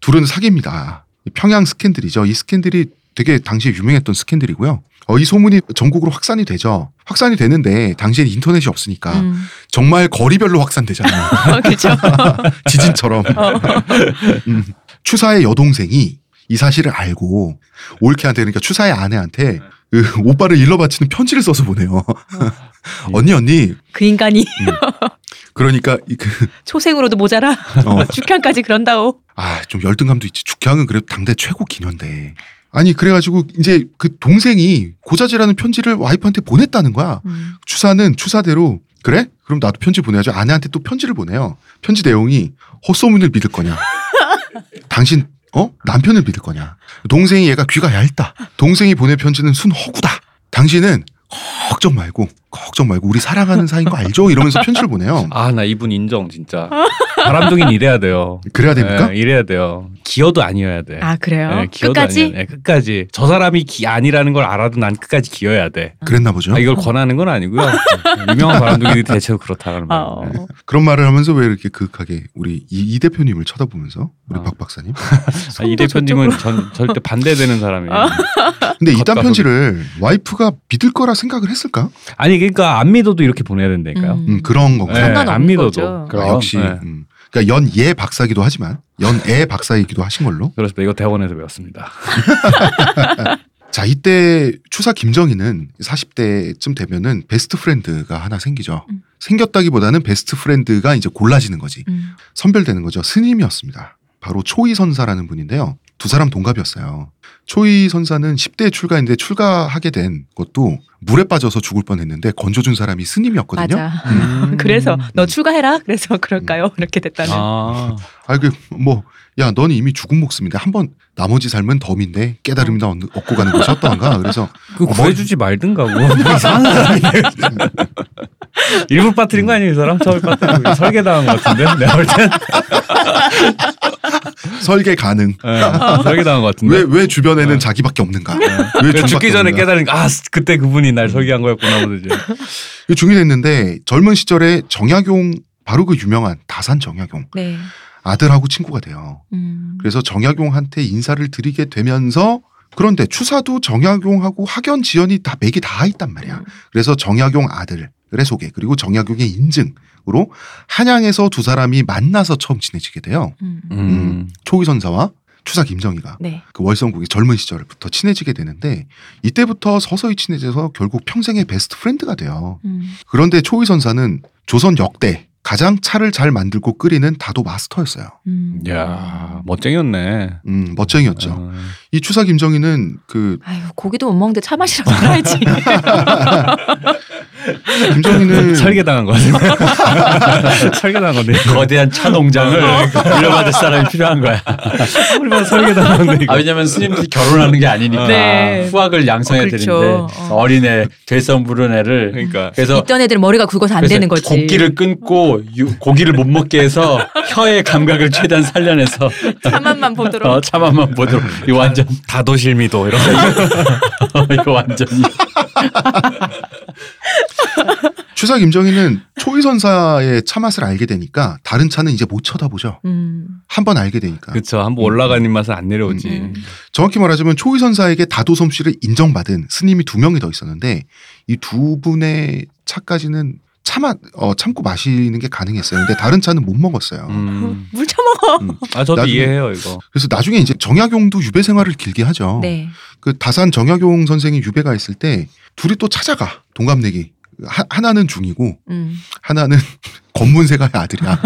S1: 둘은 사깁니다. 평양 스캔들이죠. 이 스캔들이 되게 당시에 유명했던 스캔들이고요. 어, 이 소문이 전국으로 확산이 되죠. 확산이 되는데 당시엔 인터넷이 없으니까
S2: 음.
S1: 정말 거리별로 확산되잖아요. <laughs>
S2: 그렇죠.
S1: 지진처럼. 음. 추사의 여동생이 이 사실을 알고 올케한테 그러니까 추사의 아내한테 그 오빠를 일러 바치는 편지를 써서 보내요. <laughs> 언니 언니
S2: 그 인간이
S1: 그러니까 이 그,
S2: 초생으로도 모자라 <laughs>
S1: 어,
S2: 죽향까지 그런다오.
S1: 아, 좀 열등감도 있지. 죽향은 그래도 당대 최고 기녀인데. 아니, 그래가지고 이제 그 동생이 고자지라는 편지를 와이프한테 보냈다는 거야.
S2: 음.
S1: 추사는 추사대로, 그래? 그럼 나도 편지 보내야죠. 아내한테 또 편지를 보내요. 편지 내용이 헛소문을 믿을
S3: <laughs>
S1: 거냐. 당신, 어? 남편을 믿을 거냐. 동생이 얘가 귀가 얇다. 동생이 보낸 편지는 순 허구다. 당신은 걱정 말고, 걱정 말고, 우리 사랑하는 사이인 거 알죠? 이러면서 편지를 보내요.
S3: <laughs> 아나 이분 인정 진짜 바람둥이는 이래야
S1: 아.
S3: 돼요
S1: 네, 그래야 됩니까?
S3: 예, 이래야 돼요 기어도 아니어야 돼
S2: 아 그래요?
S3: 예,
S1: 네,
S3: 기어도
S2: 끝까지
S3: 아니어야 돼. 끝까지 저 사람이 기 아니라는 걸 알아도 난 끝까지 기어야 돼
S1: 그랬나 보죠.
S3: 아, 이걸 권하는 건 아니고요 유명한 바람둥이들이 대체로
S1: 네.
S3: 그렇다라는 네. 말
S2: 어.
S1: 그런 말을 하면서 왜 이렇게 그윽하게 우리 이, 이 대표님을 쳐다보면서 우리
S3: 아.
S1: 박 박사님?
S3: 아, 이 대표님은 전, 절대 반대되는 사람이에요.
S2: 아.
S1: 근데 이딴
S3: 걷다
S1: 편지를 와이프가 믿을 거라 생각을 했을까?
S3: 아니 그러니까 안 믿어도 이렇게 보내야 된다니까요.
S2: 음.
S1: 음, 그런 건가요?
S3: 네,
S2: 상관없는
S3: 안 믿어도.
S2: 거죠.
S1: 아,
S4: 그럼
S1: 역시
S3: 네.
S1: 음. 그러니까 연예 박사이기도 하지만 연애 예 박사이기도 하신 걸로.
S3: 그렇습니다. 이거 대원에서 배웠습니다.
S1: 자 이때 추사 김정희는 40대쯤 되면은 베스트 프렌드가 하나 생기죠.
S2: 음.
S1: 생겼다기보다는 베스트 프렌드가 이제 골라지는 거지.
S2: 음.
S1: 선별되는 거죠. 스님이었습니다. 바로 초이 선사라는 분인데요. 두 사람 동갑이었어요. 초이 선사는 10대에 출가했는데 출가하게 된 것도 물에 빠져서 죽을 뻔했는데 건져준 사람이 스님이었거든요. 음.
S2: 맞아. <laughs> 그래서 너 출가해라. 그래서 그럴까요? <laughs> 이렇게 됐다는.
S4: 아,
S1: 아, 그, 뭐, 야, 너는 이미 죽은 목숨인데 한 번 나머지 삶은 덤인데 깨달음이나 얻- 얻고 가는 것이 어떠한가?
S3: <laughs>
S1: 그래서
S3: 그 구해주지 말든가 뭐 이상한 사람이에요. <laughs> 일부 빠뜨린 거 아니에요 이 사람? 처음에 빠뜨리고 설계당한 것 같은데 내가 볼 땐?
S1: 설계 가능.
S3: 예, 설계당한 것 같은데
S1: 왜, 왜 주변에는 자기밖에 없는가? 왜
S3: 네. 그래,
S1: 중밖에
S3: 죽기 전에
S1: 없는가?
S3: 깨달은 아 그때 그분이 날 설계한 거였구나 보지
S1: 중이 됐는데 젊은 시절에 정약용, 바로 그 유명한 다산 정약용
S2: 네.
S1: 아들하고 친구가 돼요.
S2: 음.
S1: 그래서 정약용한테 인사를 드리게 되면서 그런데 추사도 정약용하고 학연 지연이 다 맥이 다 있단 말이야. 그래서 정약용 아들의 소개 그리고 정약용의 인증으로 한양에서 두 사람이 만나서 처음 친해지게 돼요.
S2: 음.
S1: 음. 초기 선사와 추사 김정희가
S2: 네.
S1: 그 월성국의 젊은 시절부터 친해지게 되는데 이때부터 서서히 친해져서 결국 평생의 베스트 프렌드가 돼요.
S2: 음.
S1: 그런데 초이 선사는 조선 역대 가장 차를 잘 만들고 끓이는 다도 마스터였어요.
S2: 음.
S3: 야 아, 멋쟁이였네
S1: 음, 멋쟁이였죠.
S3: 어.
S1: 이 추사 김정희는 그
S2: 아유 고기도 못 먹는데 차 마시라고
S1: <laughs>
S2: 살아야지.
S3: <laughs>
S1: 김정희는
S3: 음. 설계당한 거 같아 <laughs> 설계당한 건데
S4: 거대한 차 농장을 물려받을 사람이 필요한 거야.
S3: 얼마나 설계당한 건데
S4: 아,
S3: 이거
S4: 왜냐면 스님들이 결혼하는 게 아니니까
S2: 네.
S4: 후학을 양성해야
S2: 어, 그렇죠.
S4: 되는데
S2: 어.
S4: 어린애 될성 부른 애를
S3: 그러니까
S4: 그래서
S2: <laughs> 있던 애들 머리가 굵어서 안
S4: 그래서
S2: 되는 거지.
S4: 곡기를 끊고 유- 고기를 못 먹게 해서 혀의 감각을 최대한 살려내서
S2: 차만만 보도록.
S1: 아.
S4: 어, 차만만 보도록 이 완전 어,
S3: 다도실미도 이런
S4: 이거 완전히
S1: 추사 김정희는 초이 선사의 차 맛을 알게 되니까 다른 차는 이제 못 쳐다보죠.
S2: 음.
S1: 한 번 알게 되니까.
S3: 그쵸 한번 올라간 입맛은 안 내려오지
S2: 음.
S1: 정확히 말하자면 초이 선사에게 다도 솜씨를 인정받은 스님이 두 명이 더 있었는데 이 두 분의 차까지는 차마 어, 참고 마시는 게 가능했어요. 근데 다른 차는 못 먹었어요.
S3: 음.
S2: 물 처먹어.
S3: 아 저도
S1: 나중에-
S3: 이해해요 이거
S1: 그래서 나중에 이제 정약용도 유배 생활을 길게 하죠.
S2: 네.
S1: 그 다산 정약용 선생이 유배가 있을 때 둘이 또 찾아가 동갑내기 하, 하나는 중이고
S2: 음.
S1: 하나는 <laughs> 검문세가의 아들이야.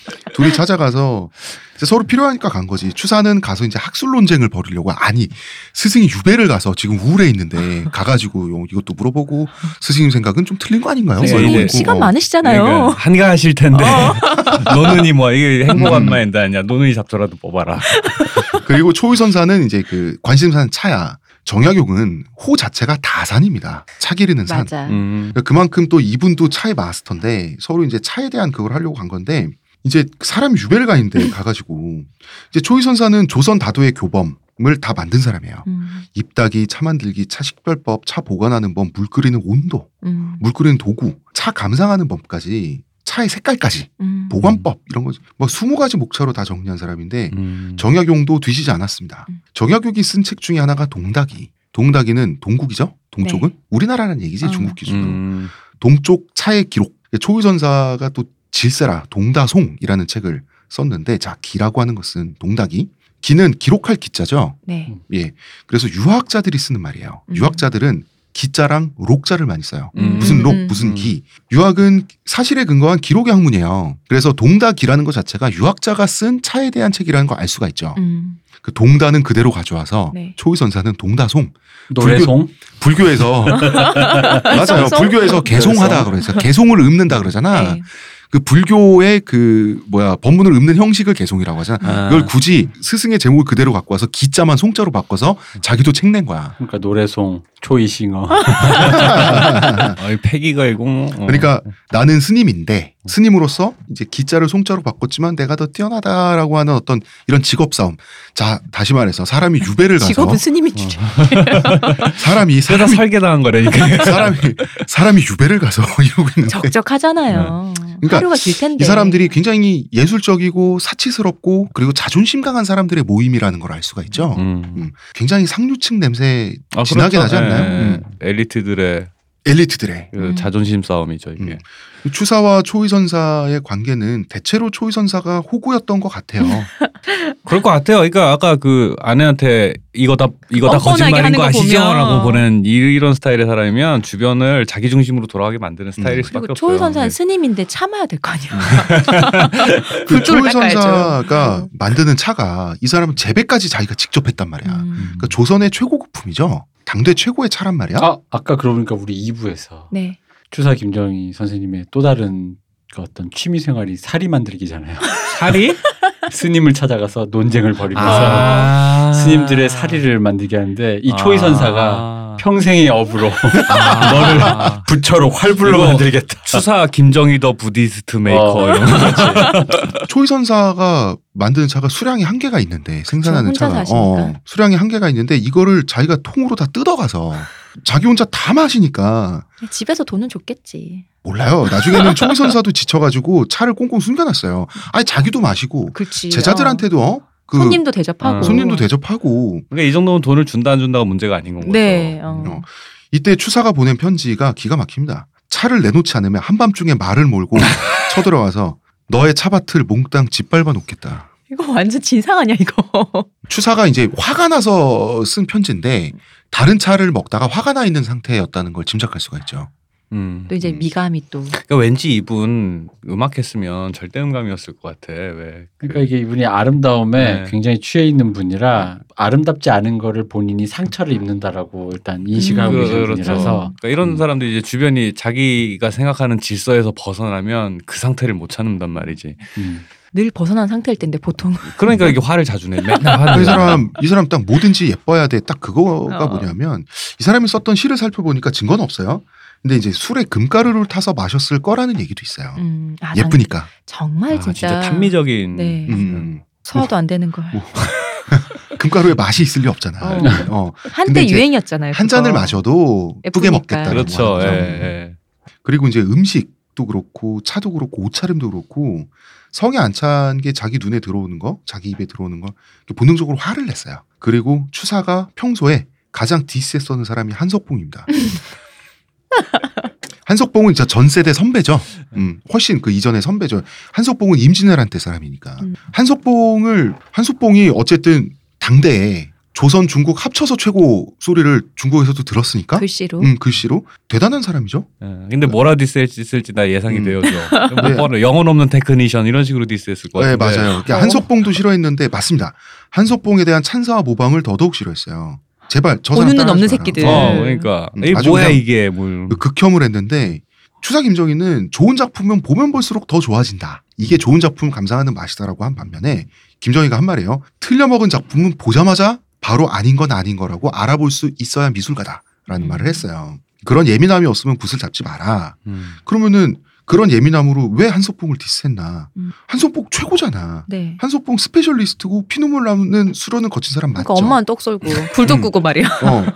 S1: <laughs> 둘이 찾아가서 이제 서로 필요하니까 간 거지. 추사는 가서 이제 학술 논쟁을 벌이려고 아니 스승이 유배를 가서 지금 우울해 있는데 가가지고 요- 이것도 물어보고 스승님 생각은 좀 틀린 거 아닌가요?
S3: 네,
S1: 뭐
S2: 선생님
S1: 이러고.
S3: 이제
S2: 시간
S1: 어.
S2: 많으시잖아요. 어.
S3: 그러니까 한가하실 텐데 <laughs> 노는이 뭐 이게
S1: 음.
S3: 행복한 마인드 아니야 노는이 잡초라도 뽑아라
S1: <laughs> 그리고 초이 선사는 이제 그 관심사는 차야. 정약용은 호 자체가 다산입니다. 차 기르는 산.
S2: 맞아.
S3: 음.
S1: 그만큼또 이분도 차의 마스터인데 서로 이제 차에 대한 그걸 하려고 간 건데 이제 사람 유배를 가
S2: <laughs>
S1: 있는데 가가지고 이제 초이 선사는 조선 다도의 교범을 다 만든 사람이에요.
S2: 음.
S1: 입다기, 차 만들기, 차 식별법, 차 보관하는 법, 물 끓이는 온도,
S2: 음.
S1: 물 끓이는 도구, 차 감상하는 법까지 차의 색깔까지
S2: 음.
S1: 보관법 이런 거지. 뭐 20가지 목차로 다 정리한 사람인데
S3: 음.
S1: 정약용도 뒤지지 않았습니다.
S2: 음.
S1: 정약용이 쓴 책 중에 하나가 동닭이. 동닭이는 동국이죠. 동쪽은 우리나라라는 얘기지
S2: 어.
S1: 중국 기준으로.
S3: 음.
S1: 동쪽 차의 기록. 초유선사가 또 질세라 동다송이라는 책을 썼는데 자 기라고 하는 것은 동닭이 기는 기록할 기자죠.
S2: 네.
S1: 예. 그래서 유학자들이 쓰는 말이에요.
S2: 음.
S1: 유학자들은 기자랑 록자를 많이 써요.
S3: 음.
S1: 무슨 록,
S2: 음.
S1: 무슨 기. 유학은 사실에 근거한 기록의 학문이에요. 그래서 동닭이라는 것 자체가 유학자가 쓴 차에 대한 책이라는 걸 알 수가 있죠.
S2: 음.
S1: 그 동다는 그대로 가져와서
S2: 네.
S1: 초유선사는 동다송
S4: 노래송
S1: 불교에서 맞아요.
S2: 성성?
S1: 불교에서 개송하다 그래서 개송을 읊는다 그러잖아.
S2: 네.
S1: 그 불교의 그 뭐야 법문을 읊는 형식을 개송이라고 하잖아.
S3: 아.
S1: 이걸 굳이 스승의 제목을 그대로 갖고 와서 기자만 송자로 바꿔서 자기도 책 낸 거야.
S4: 그러니까 노래송 초이싱어
S2: 아.
S3: 아, 어이 패기가 이거 뭐, 어.
S1: 그러니까 나는 스님인데 스님으로서 이제 기자를 송자로 바꿨지만 내가 더 뛰어나다라고 하는 어떤 이런 직업 싸움. 자 다시 말해서 사람이 유배를 가서
S2: 직업은 스님이 주죠.
S1: 사람이
S3: 세다
S1: 사람이
S3: 설계당한
S1: <laughs>
S3: 거라니까
S1: 사람이 사람이 유배를 가서 <laughs> 이러고 있는데
S2: 적적하잖아요.
S1: 그러니까
S2: 하루가 길
S1: 이
S2: 텐데.
S1: 사람들이 굉장히 예술적이고 사치스럽고 그리고 자존심 강한 사람들의 모임이라는 걸 알 수가 있죠.
S3: 음.
S1: 음, 굉장히 상류층 냄새
S3: 아,
S1: 진하게 나지
S3: 그렇죠. 예,
S1: 않나요?
S3: 예.
S1: 음.
S3: 엘리트들의
S1: 엘리트들의
S3: 그
S2: 음.
S3: 자존심 싸움이죠 이게.
S1: 음. 추사와 초이 선사의 관계는 대체로 초이 선사가 호구였던 것 같아요.
S2: 음.
S3: 그럴 것 같아요. 그러니까 아까 그 아내한테 이거 다 이거 다
S2: 뻔뻔하게
S3: 거짓말인
S2: 하는
S3: 거
S2: 거 보면.
S3: 아시죠라고 보낸 이- 이런 스타일의 사람이면 주변을 자기 중심으로 돌아가게 만드는 스타일일
S1: 음.
S3: 수밖에
S2: 그리고
S3: 없어요.
S2: 초이 선사는
S3: 네.
S2: 스님인데 참아야 될 거 아니야.
S1: 그
S2: 불조를
S1: 초이
S2: 닦아야죠.
S1: 선사가
S2: 음.
S1: 만드는 차가 이 사람은 재배까지 자기가 직접 했단 말이야.
S2: <laughs> 음.
S1: 그러니까 조선의 최고급품이죠. 당대 최고의 차란 말이야.
S4: 아 아까 그러니까 우리 2부에서
S2: 네.
S4: 추사 김정희 선생님의 또 다른 그 어떤 취미 생활이 사리 만들기잖아요.
S3: 사리?
S4: <laughs> 스님을 찾아가서 논쟁을 벌이면서
S3: 아.
S4: 스님들의 사리를 만들게 하는데 이
S3: 아.
S4: 초이 선사가 평생의 업으로
S3: 아.
S4: <laughs> 너를
S3: 아.
S4: 부처로 활불로
S3: 이거
S4: 만들겠다.
S3: <laughs> 추사 김정희 더 부디스트 메이커
S4: 어.
S3: 이런 거.
S1: 초이 선사가 만드는 차가 수량이 한계가 있는데 생산하는
S2: 혼자
S1: 차가 어,
S2: 사시니까.
S1: 수량이 한계가 있는데 이거를 자기가 통으로 다 뜯어가서 자기 혼자 다 마시니까
S2: 집에서 돈은 줬겠지.
S1: 몰라요.
S2: <laughs>
S1: 나중에는 초이 선사도 지쳐가지고 차를 꽁꽁 숨겨놨어요. 아니 자기도 마시고
S2: 그렇지.
S1: 제자들한테도 어? 그
S2: 손님도 대접하고.
S3: 어.
S1: 손님도 대접하고
S3: 그러니까 이 정도면 돈을 준다 안 준다가 문제가 아닌 건 거죠.
S2: 네. 어.
S1: 어. 이때 추사가 보낸 편지가 기가 막힙니다. 차를 내놓지 않으면 한밤중에 말을
S2: <laughs>
S1: 몰고 쳐들어와서 너의 차밭을 몽땅 짓밟아 놓겠다.
S2: 이거 완전 진상 아니야 이거.
S1: 추사가 이제 화가 나서 쓴 편지인데 다른 차를 먹다가 화가 나 있는 상태였다는 걸 짐작할 수가 있죠.
S3: 음.
S2: 또 이제
S1: 음.
S2: 미감이 또.
S3: 그러니까 왠지 이분 음악 했으면 절대 음감이었을 것 같아. 왜? 그-
S4: 그러니까 이게 이분이 아름다움에
S3: 네.
S4: 굉장히 취해 있는 분이라 아름답지 않은 거를 본인이 상처를 입는다라고 일단 인식하고
S2: 음.
S4: 계신
S2: 그렇죠.
S4: 분이라서
S3: 그러니까 이런
S4: 음.
S3: 사람들이 이제 주변이 자기가 생각하는 질서에서 벗어나면 그 상태를 못 참는단 말이지.
S4: 음.
S2: 늘 벗어난 상태일 텐데 보통
S3: 그러니까 이게 화를 자주 내. 맨날
S1: 그러니까 이
S3: 화를 내요.
S1: 그 사람 이 사람 딱 뭐든지 예뻐야 돼. 딱 그거가
S2: 어.
S1: 뭐냐면 이 사람이 썼던 시를 살펴보니까 증거는 없어요. 근데 이제 술에 금가루를 타서 마셨을 거라는 얘기도 있어요.
S2: 음, 아, 난
S1: 예쁘니까.
S2: 정말
S3: 아,
S2: 진짜,
S3: 진짜, 탐미적인.
S2: 네.
S1: 음.
S2: 소화도 안 되는 걸
S1: 뭐. 금가루에 맛이 있을 리 없잖아.
S2: 어.
S1: 어. 근데
S2: 한때
S1: 이제
S2: 유행이었잖아요.
S1: 한 잔을
S2: 그거.
S1: 마셔도 예쁘게
S2: 예쁘니까.
S1: 먹겠다.
S3: 그렇죠. 예, 예.
S1: 그리고 이제 음식도 그렇고 차도 그렇고 옷차림도 그렇고 성에 안 찬 게 자기 눈에 들어오는 거, 자기 입에 들어오는 거 이렇게 본능적으로 화를 냈어요. 그리고 추사가 평소에 가장 디스에 써는 사람이
S2: <laughs>
S1: 한석봉입니다. 한석봉은 진짜 전 세대 선배죠. 음, 훨씬 그 이전의 선배죠. 한석봉은 임진왜란 때 사람이니까.
S2: 음.
S1: 한석봉을 한석봉이 어쨌든 당대에 조선 중국 합쳐서 최고 소리를 중국에서도 들었으니까
S2: 글씨로
S1: 음, 글씨로 대단한 사람이죠.
S3: 예. 근데 뭐라 디스했을지 나 예상이
S1: 음.
S3: 되어져.
S1: <laughs>
S3: 뭐
S1: 네.
S3: 뻔해. 영혼 없는 테크니션 이런 식으로 디스했을 것
S1: 네,
S3: 같은데.
S1: 맞아요. 그러니까
S2: 어.
S1: 한석봉도 싫어했는데 맞습니다. 한석봉에 대한 찬사와 모방을 더더욱 싫어했어요. 제발 저 사람
S2: 보는 눈
S1: 따라하지
S2: 없는
S1: 마라.
S2: 새끼들.
S3: 어, 그러니까
S1: 음,
S3: 이게
S1: 아주
S3: 뭐야
S1: 그냥-
S3: 이게 뭘.
S1: 그 극혐을 했는데 추사 김정희는 좋은 작품은 보면 볼수록 더 좋아진다. 이게 좋은 작품 감상하는 맛이다라고 한 반면에 김정희가 한 말이에요. 틀려먹은 작품은 보자마자 바로 아닌 건 아닌 거라고 알아볼 수 있어야 미술가다라는
S2: 음.
S1: 말을 했어요. 그런 예민함이 없으면 붓을 잡지 마라.
S3: 음.
S1: 그러면은 그런 예민함으로 왜 한석봉을 디스했나?
S2: 음.
S1: 한석봉 최고잖아.
S2: 네.
S1: 한소봉 스페셜리스트고 피눈물 나는 수련을 거친 사람 맞죠?
S2: 그러니까 엄마는 떡 썰고 불도
S1: 음.
S2: 끄고 말이야.
S1: 어.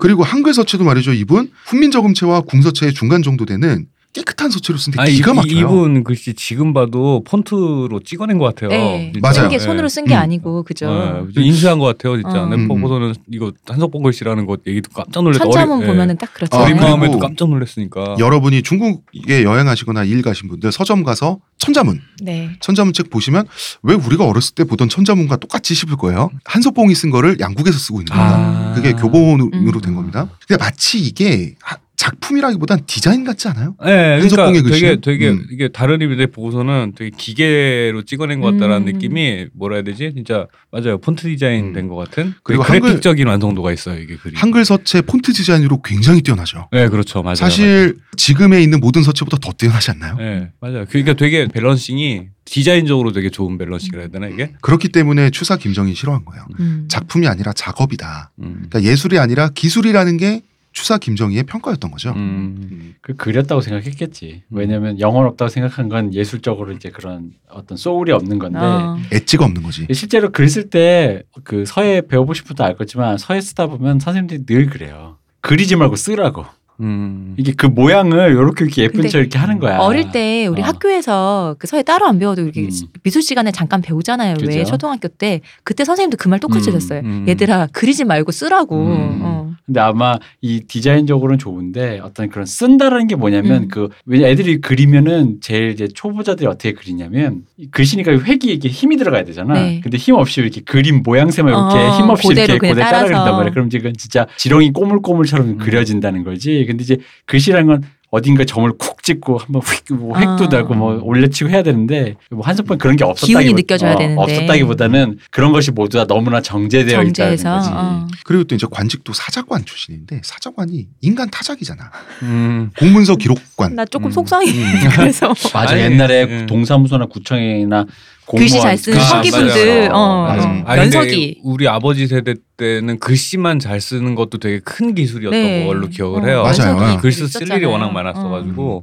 S1: 그리고 한글 서체도 말이죠. 이분 훈민저금체와 궁서체의 중간 정도 되는 깨끗한 서체로 쓴데
S3: 아니,
S1: 기가
S3: 이-
S1: 막혀요.
S3: 이분 글씨 지금 봐도 폰트로 찍어낸 것 같아요.
S2: 네.
S3: 진짜.
S1: 맞아요.
S2: 이게 손으로 쓴 게
S1: 음.
S2: 아니고 그죠.
S3: 네, 인수한 것 같아요, 진짜.
S2: 어.
S3: 내
S1: 음.
S3: 보고서는 이거 한석봉 글씨라는 것 얘기도 깜짝 놀랐어.
S2: 천자문 보면은 딱 그렇죠.
S1: 어,
S3: 어린
S1: 그리고-
S2: 그렇잖아요.
S3: 마음에도 깜짝 놀랐으니까.
S1: 여러분이 중국에 여행하시거나 일 가신 분들 서점 가서 천자문
S2: 네.
S1: 천자문 책 보시면 왜 우리가 어렸을 때 보던 천자문과 똑같이 싶을 거예요. 한소봉이 쓴 거를 양국에서 쓰고 있는 겁니다.
S3: 아.
S1: 그게 교본으로
S2: 음.
S1: 된 겁니다. 근데 마치 이게 하- 작품이라기보단 디자인 같지 않아요?
S3: 네, 그러니까
S1: 한석봉의 글씨?
S3: 되게 되게
S1: 음.
S3: 이게 다른 리뷰들 보고서는 되게 기계로 찍어낸 것 같다라는
S2: 음.
S3: 느낌이 뭐라 해야 되지? 진짜 맞아요. 폰트 디자인
S1: 음.
S3: 된 것 같은.
S1: 그리고
S3: 그리고
S1: 한글-
S3: 그래픽적인 완성도가 있어요, 이게 글이.
S1: 한글 서체 폰트 디자인으로 굉장히 뛰어나죠.
S3: 네, 그렇죠, 맞아요.
S1: 사실 지금에 있는 모든 서체보다 더 뛰어나지 않나요?
S3: 맞아요. 네, 맞아요. 그러니까 되게 밸런싱이 디자인적으로 되게 좋은 밸런싱이라 해야 되나 이게?
S1: 그렇기 때문에 추사 김정이 싫어한 거예요.
S2: 음.
S1: 작품이 아니라 작업이다.
S3: 음.
S1: 그러니까 예술이 아니라 기술이라는 게 추사 김정희의 평가였던 <laughs> 거죠.
S3: 음.
S4: 그 그렸다고 생각했겠지. 왜냐하면 영혼 없다고 생각한 건 예술적으로 이제 그런 어떤 소울이 없는 건데
S2: 아.
S1: 엣지가 없는 거지.
S3: 예.
S4: 실제로 글 쓸 때 그 서예 배워보신 분도 알겠지만 서예 쓰다 보면 선생님들이 늘 그래요. 그리지 말고 쓰라고.
S3: 음.
S4: 이게 그 모양을 이렇게 이렇게 예쁜
S2: 근데
S4: 척 이렇게 하는 거야.
S2: 어릴 때 우리
S4: 어.
S2: 학교에서 그 서예 따로 안 배워도 이렇게
S4: 음.
S2: 미술 시간에 잠깐 배우잖아요. 왜
S4: 그죠.
S2: 초등학교 때 그때 선생님도 그 말 똑같이
S4: 음,
S2: 했어요.
S3: 음.
S2: 얘들아 그리지 말고 쓰라고.
S3: 음.
S2: 어.
S4: 근데 아마 이 디자인적으로는 좋은데 어떤 그런 쓴다라는 게 뭐냐면
S2: 음.
S4: 그 왜냐 애들이 그리면은 제일 이제 초보자들이 어떻게 그리냐면 이 글씨니까 획이 이게 힘이 들어가야 되잖아.
S2: 네.
S4: 근데 힘 없이 이렇게 그림 모양새만 이렇게
S2: 어,
S4: 힘 없이
S2: 그대로
S4: 이렇게
S2: 그냥
S4: 고대 따라
S2: 따라서. 음.
S4: 그린단 말이야. 그럼 지금 진짜 지렁이 꼬물꼬물처럼 그려진다는 거지. 근데 이제 글씨라는 건 어딘가 점을 쿡 찍고 한번 휙, 뭐 획도
S2: 아.
S4: 달고 뭐 올려치고 해야 되는데 뭐 한석번 그런 게 없었다기
S2: 기운이 느껴져야
S4: 어,
S2: 되는데.
S4: 없었다기보다는 그런 것이 모두 다 너무나 정제되어
S2: 정제해서
S4: 있다는 거지.
S2: 어.
S1: 그리고 또 이제 관직도 사자관 출신인데 사자관이 인간 타작이잖아.
S3: 음.
S1: 공문서 기록관.
S2: 나 조금
S3: 음.
S2: 속상해. <laughs> 그래서
S4: 맞아
S3: 아니,
S4: 옛날에
S3: 음.
S4: 동사무소나 구청이나 공무원
S2: 글씨 잘 쓰는
S3: 아,
S2: 그 서기분들
S4: 맞아요.
S2: 어,
S4: 맞아.
S2: 어.
S3: 아니, 근데
S2: 연석이
S3: 우리 아버지 세대 때는 글씨만 잘 쓰는 것도 되게 큰 기술이었던
S2: 네.
S3: 걸로 기억을
S2: 어,
S3: 해요.
S1: 맞아요.
S2: 연석이
S3: 글씨 쓸 일이
S2: 있었잖아요.
S3: 워낙 많았어가지고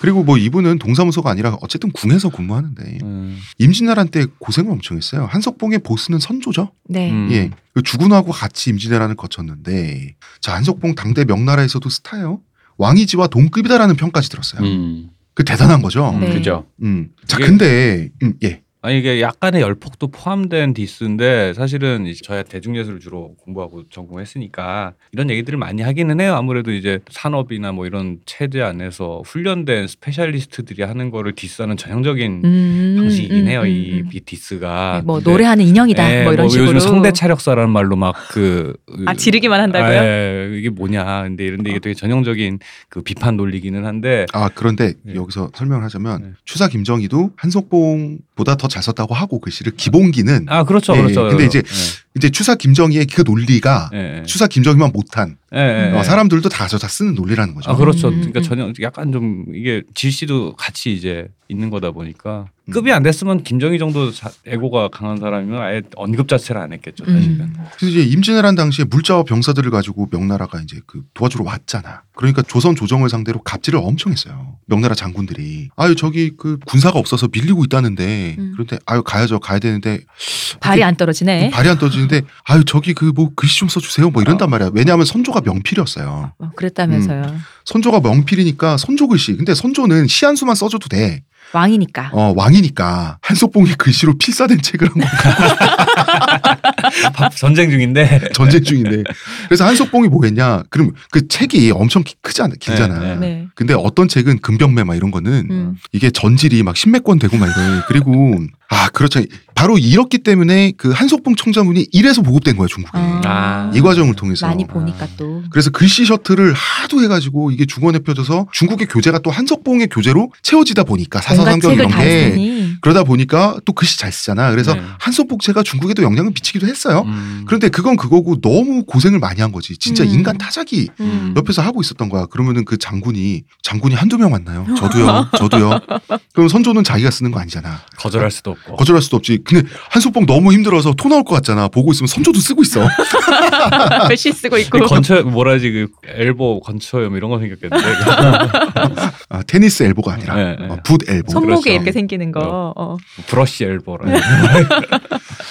S1: 그리고 뭐 이분은 동사무소가 아니라 어쨌든 궁에서 근무하는데
S3: 음.
S1: 임진왜란 때 고생을 엄청 했어요. 한석봉의 보스는 선조죠.
S2: 네.
S3: 음.
S1: 예. 그 주군하고 같이 임진왜란을 거쳤는데 자 한석봉 당대 명나라에서도 스타예요. 왕이지와 동급이다라는 평까지 들었어요.
S4: 음,
S1: 그 대단한 거죠.
S2: 네.
S4: 그죠.
S1: 음. 자
S3: 이게-
S1: 근데 음, 예.
S3: 아니 이게 약간의 열폭도 포함된 디스인데 사실은 이제 저야 대중예술을 주로 공부하고 전공했으니까 이런 얘기들을 많이 하기는 해요. 아무래도 이제 산업이나 뭐 이런 체제 안에서 훈련된 스페셜리스트들이 하는 거를 디스하는 전형적인
S2: 음,
S3: 방식이긴
S2: 음,
S3: 해요. 이
S2: 음, 음.
S3: 이 디스가
S2: 네, 뭐
S3: 아, 근데
S2: 노래하는 인형이다.
S3: 예,
S2: 뭐 이런 식으로.
S3: 요즘 성대 차력사라는 말로 막 그
S2: 아 지르기만 한다고요?
S3: 예, 이게 뭐냐. 근데 이런데 이게 되게 전형적인 그 비판 논리기는 한데
S1: 아 그런데
S3: 예.
S1: 여기서 설명을 하자면
S3: 네.
S1: 추사 김정희도 한석봉보다 더 잘 썼다고 하고 글씨를 기본기는
S3: 아 그렇죠,
S1: 예, 예.
S3: 그렇죠.
S1: 근데 이제
S3: 예,
S1: 이제 추사 김정희의 그 논리가
S3: 예, 예.
S1: 추사 김정희만 못한
S3: 예, 예.
S1: 어, 사람들도 다 저 다 쓰는 논리라는 거죠.
S3: 아 그렇죠.
S2: 음,
S3: 그러니까
S2: 음.
S3: 전혀 약간 좀 이게 질시도 같이 이제 있는 거다 보니까
S1: 음.
S3: 급이 안 됐으면 김정희 정도 자- 애고가 강한 사람이면 아예 언급 자체를 안 했겠죠 사실은.
S2: 음.
S1: 그래서 이제 임진왜란 당시에 물자와 병사들을 가지고 명나라가 이제 그 도와주러 왔잖아. 그러니까 조선 조정을 상대로 갑질을 엄청 했어요. 명나라 장군들이 아유 저기 그 군사가 없어서 밀리고 있다는데
S2: 음.
S1: 그런데 아유 가야죠 가야 되는데 그
S2: 발이 안 떨어지네.
S1: 발이 안 떠지는데 아유 저기 그 뭐 글씨 좀 써주세요 뭐 이런단 말이야. 왜냐하면 선조가 명필이었어요.
S2: 어, 그랬다면서요.
S1: 선조가 명필이니까 선조 글씨. 근데 선조는 시한수만 써줘도 돼.
S2: 왕이니까.
S1: 어 왕이니까 한석봉이 글씨로 필사된 책을 한 거
S3: 밥- 전쟁 중인데.
S1: 전쟁 중인데. 그래서 한석봉이 뭐 했냐? 그럼 그 책이 엄청 기- 크지 않아 길잖아.
S3: 네,
S2: 네.
S1: 근데 어떤 책은 금병매 막 이런 거는
S2: 음.
S1: 이게 전질이 막 십몇권 되고 막 이래.
S2: <laughs>
S1: 그리고 아 그렇죠. 바로 이렇기 때문에 그 한석봉 청자문이 이래서 보급된 거야 중국에.
S3: 아.
S1: 이 과정을 통해서.
S2: 어. 음. 많이 보니까 또.
S1: 그래서 글씨 셔틀을 하도 해가지고 이게 중원에 펴져서 중국의 교재가 또 한석봉의 교재로 채워지다 보니까
S2: 뭔가
S1: 사사성경
S2: 책을
S1: 이런
S2: 다
S1: 게
S2: 쓰니.
S1: 그러다 보니까 또 글씨 잘 쓰잖아. 그래서
S3: 네.
S1: 한석봉체가 중국에도 영향을 미치기도 했어요.
S3: <laughs> 음.
S1: <laughs> 그런데 그건 그거고 너무 고생을 많이 한 거지. 진짜
S2: 음.
S1: 인간 타작이
S2: 음.
S1: 옆에서 하고 있었던 거야. 그러면은 그 장군이 장군이 한두 명 만나요. 저도요. 저도요.
S2: <laughs>
S1: 그럼 선조는 자기가 쓰는 거 아니잖아.
S3: 거절할 수도
S2: 어.
S3: 없고.
S1: 거절할 수도 없지. 근데 한소봉 너무 힘들어서 토 나올 것 같잖아. 보고 있으면 선조도 쓰고 있어.
S2: 글씨 쓰고 있고.
S3: 이그 건처 뭐라지 그 엘보 건처염 이런 거 생겼겠는데. <laughs>
S1: 아, 테니스 엘보가 아니라
S3: 네, 네.
S1: 어, 붓 엘보.
S2: 손목에
S3: 그렇죠.
S2: 이렇게 생기는 거.
S3: 어.
S2: 어.
S3: 브러쉬 엘보라.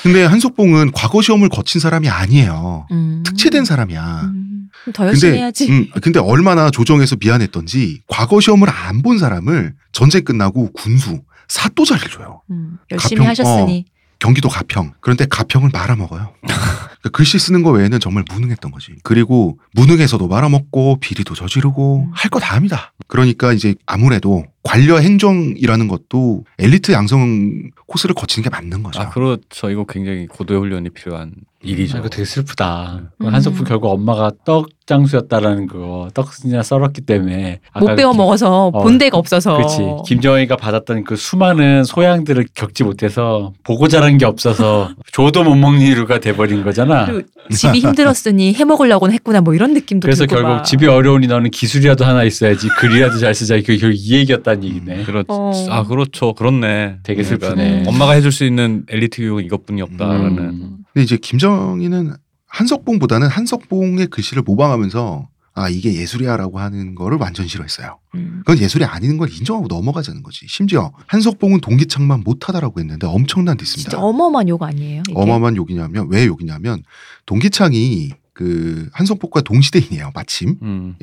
S1: 근데 한소봉은 과거 시험을 거친 사람이 아니에요.
S2: 음.
S1: 특채된 사람이야.
S2: 음. 그럼 더 열심히 해야지.
S1: 음, 근데 얼마나 조정에서 미안했던지 과거 시험을 안 본 사람을 전쟁 끝나고 군수 사또 자리를 줘요.
S2: 음. 열심히
S1: 가평- 어.
S2: 하셨으니.
S1: 경기도 가평. 그런데 가평을 말아먹어요. 그러니까 글씨 쓰는 거 외에는 정말 무능했던 거지. 그리고 무능에서도 말아먹고 비리도 저지르고
S2: 음.
S1: 할 거 다 합니다. 그러니까 이제 아무래도 관료 행정이라는 것도 엘리트 양성 코스를 거치는 게 맞는 거죠.
S3: 아 그렇죠. 이거 굉장히 고도의 훈련이 필요한 일이죠.
S4: 아, 이거 되게 슬프다.
S2: 음.
S4: 한석풍 결국 엄마가 떡 장수였다라는 거, 떡순이나 썰었기 때문에 아까
S2: 못 배워
S4: 김-
S2: 먹어서
S4: 어,
S2: 본 데가 없어서.
S4: 그렇지. 김정은이가 받았던 그 수많은 소양들을 겪지 못해서 보고 자란
S2: <laughs>
S4: 게 없어서 줘도 못 먹는 이유가 돼버린 거잖아.
S2: 그리고
S1: <laughs>
S2: 집이 힘들었으니 해 먹으려고는 했구나 뭐 이런 느낌도
S4: 그래서
S2: 들고
S4: 결국
S2: 막.
S4: 집이 어려우니 너는 기술이라도 하나 있어야지 글이라도 잘 쓰자 이게 결국 이 얘기였다는 얘기네.
S3: 그렇
S2: 어.
S3: 아 그렇죠. 그렇네.
S4: 되게
S3: 그러니까
S4: 슬프네.
S3: 엄마가 해줄 수 있는 엘리트 교육은 이것뿐이 없다라는.
S4: 음.
S1: 근데 이제 김정희는 한석봉보다는 한석봉의 글씨를 모방하면서 아 이게 예술이야라고 하는 거를 완전 싫어했어요.
S2: 음.
S1: 그건 예술이 아닌 걸 인정하고 넘어가자는 거지. 심지어 한석봉은 동기창만 못하다라고 했는데 엄청난 디스입니다.
S2: 진짜 어마어마한 욕 아니에요? 이게?
S1: 어마어마한 욕이냐면 왜 욕이냐면 동기창이 그 한성폭과 동시대인이에요. 마침
S3: 음.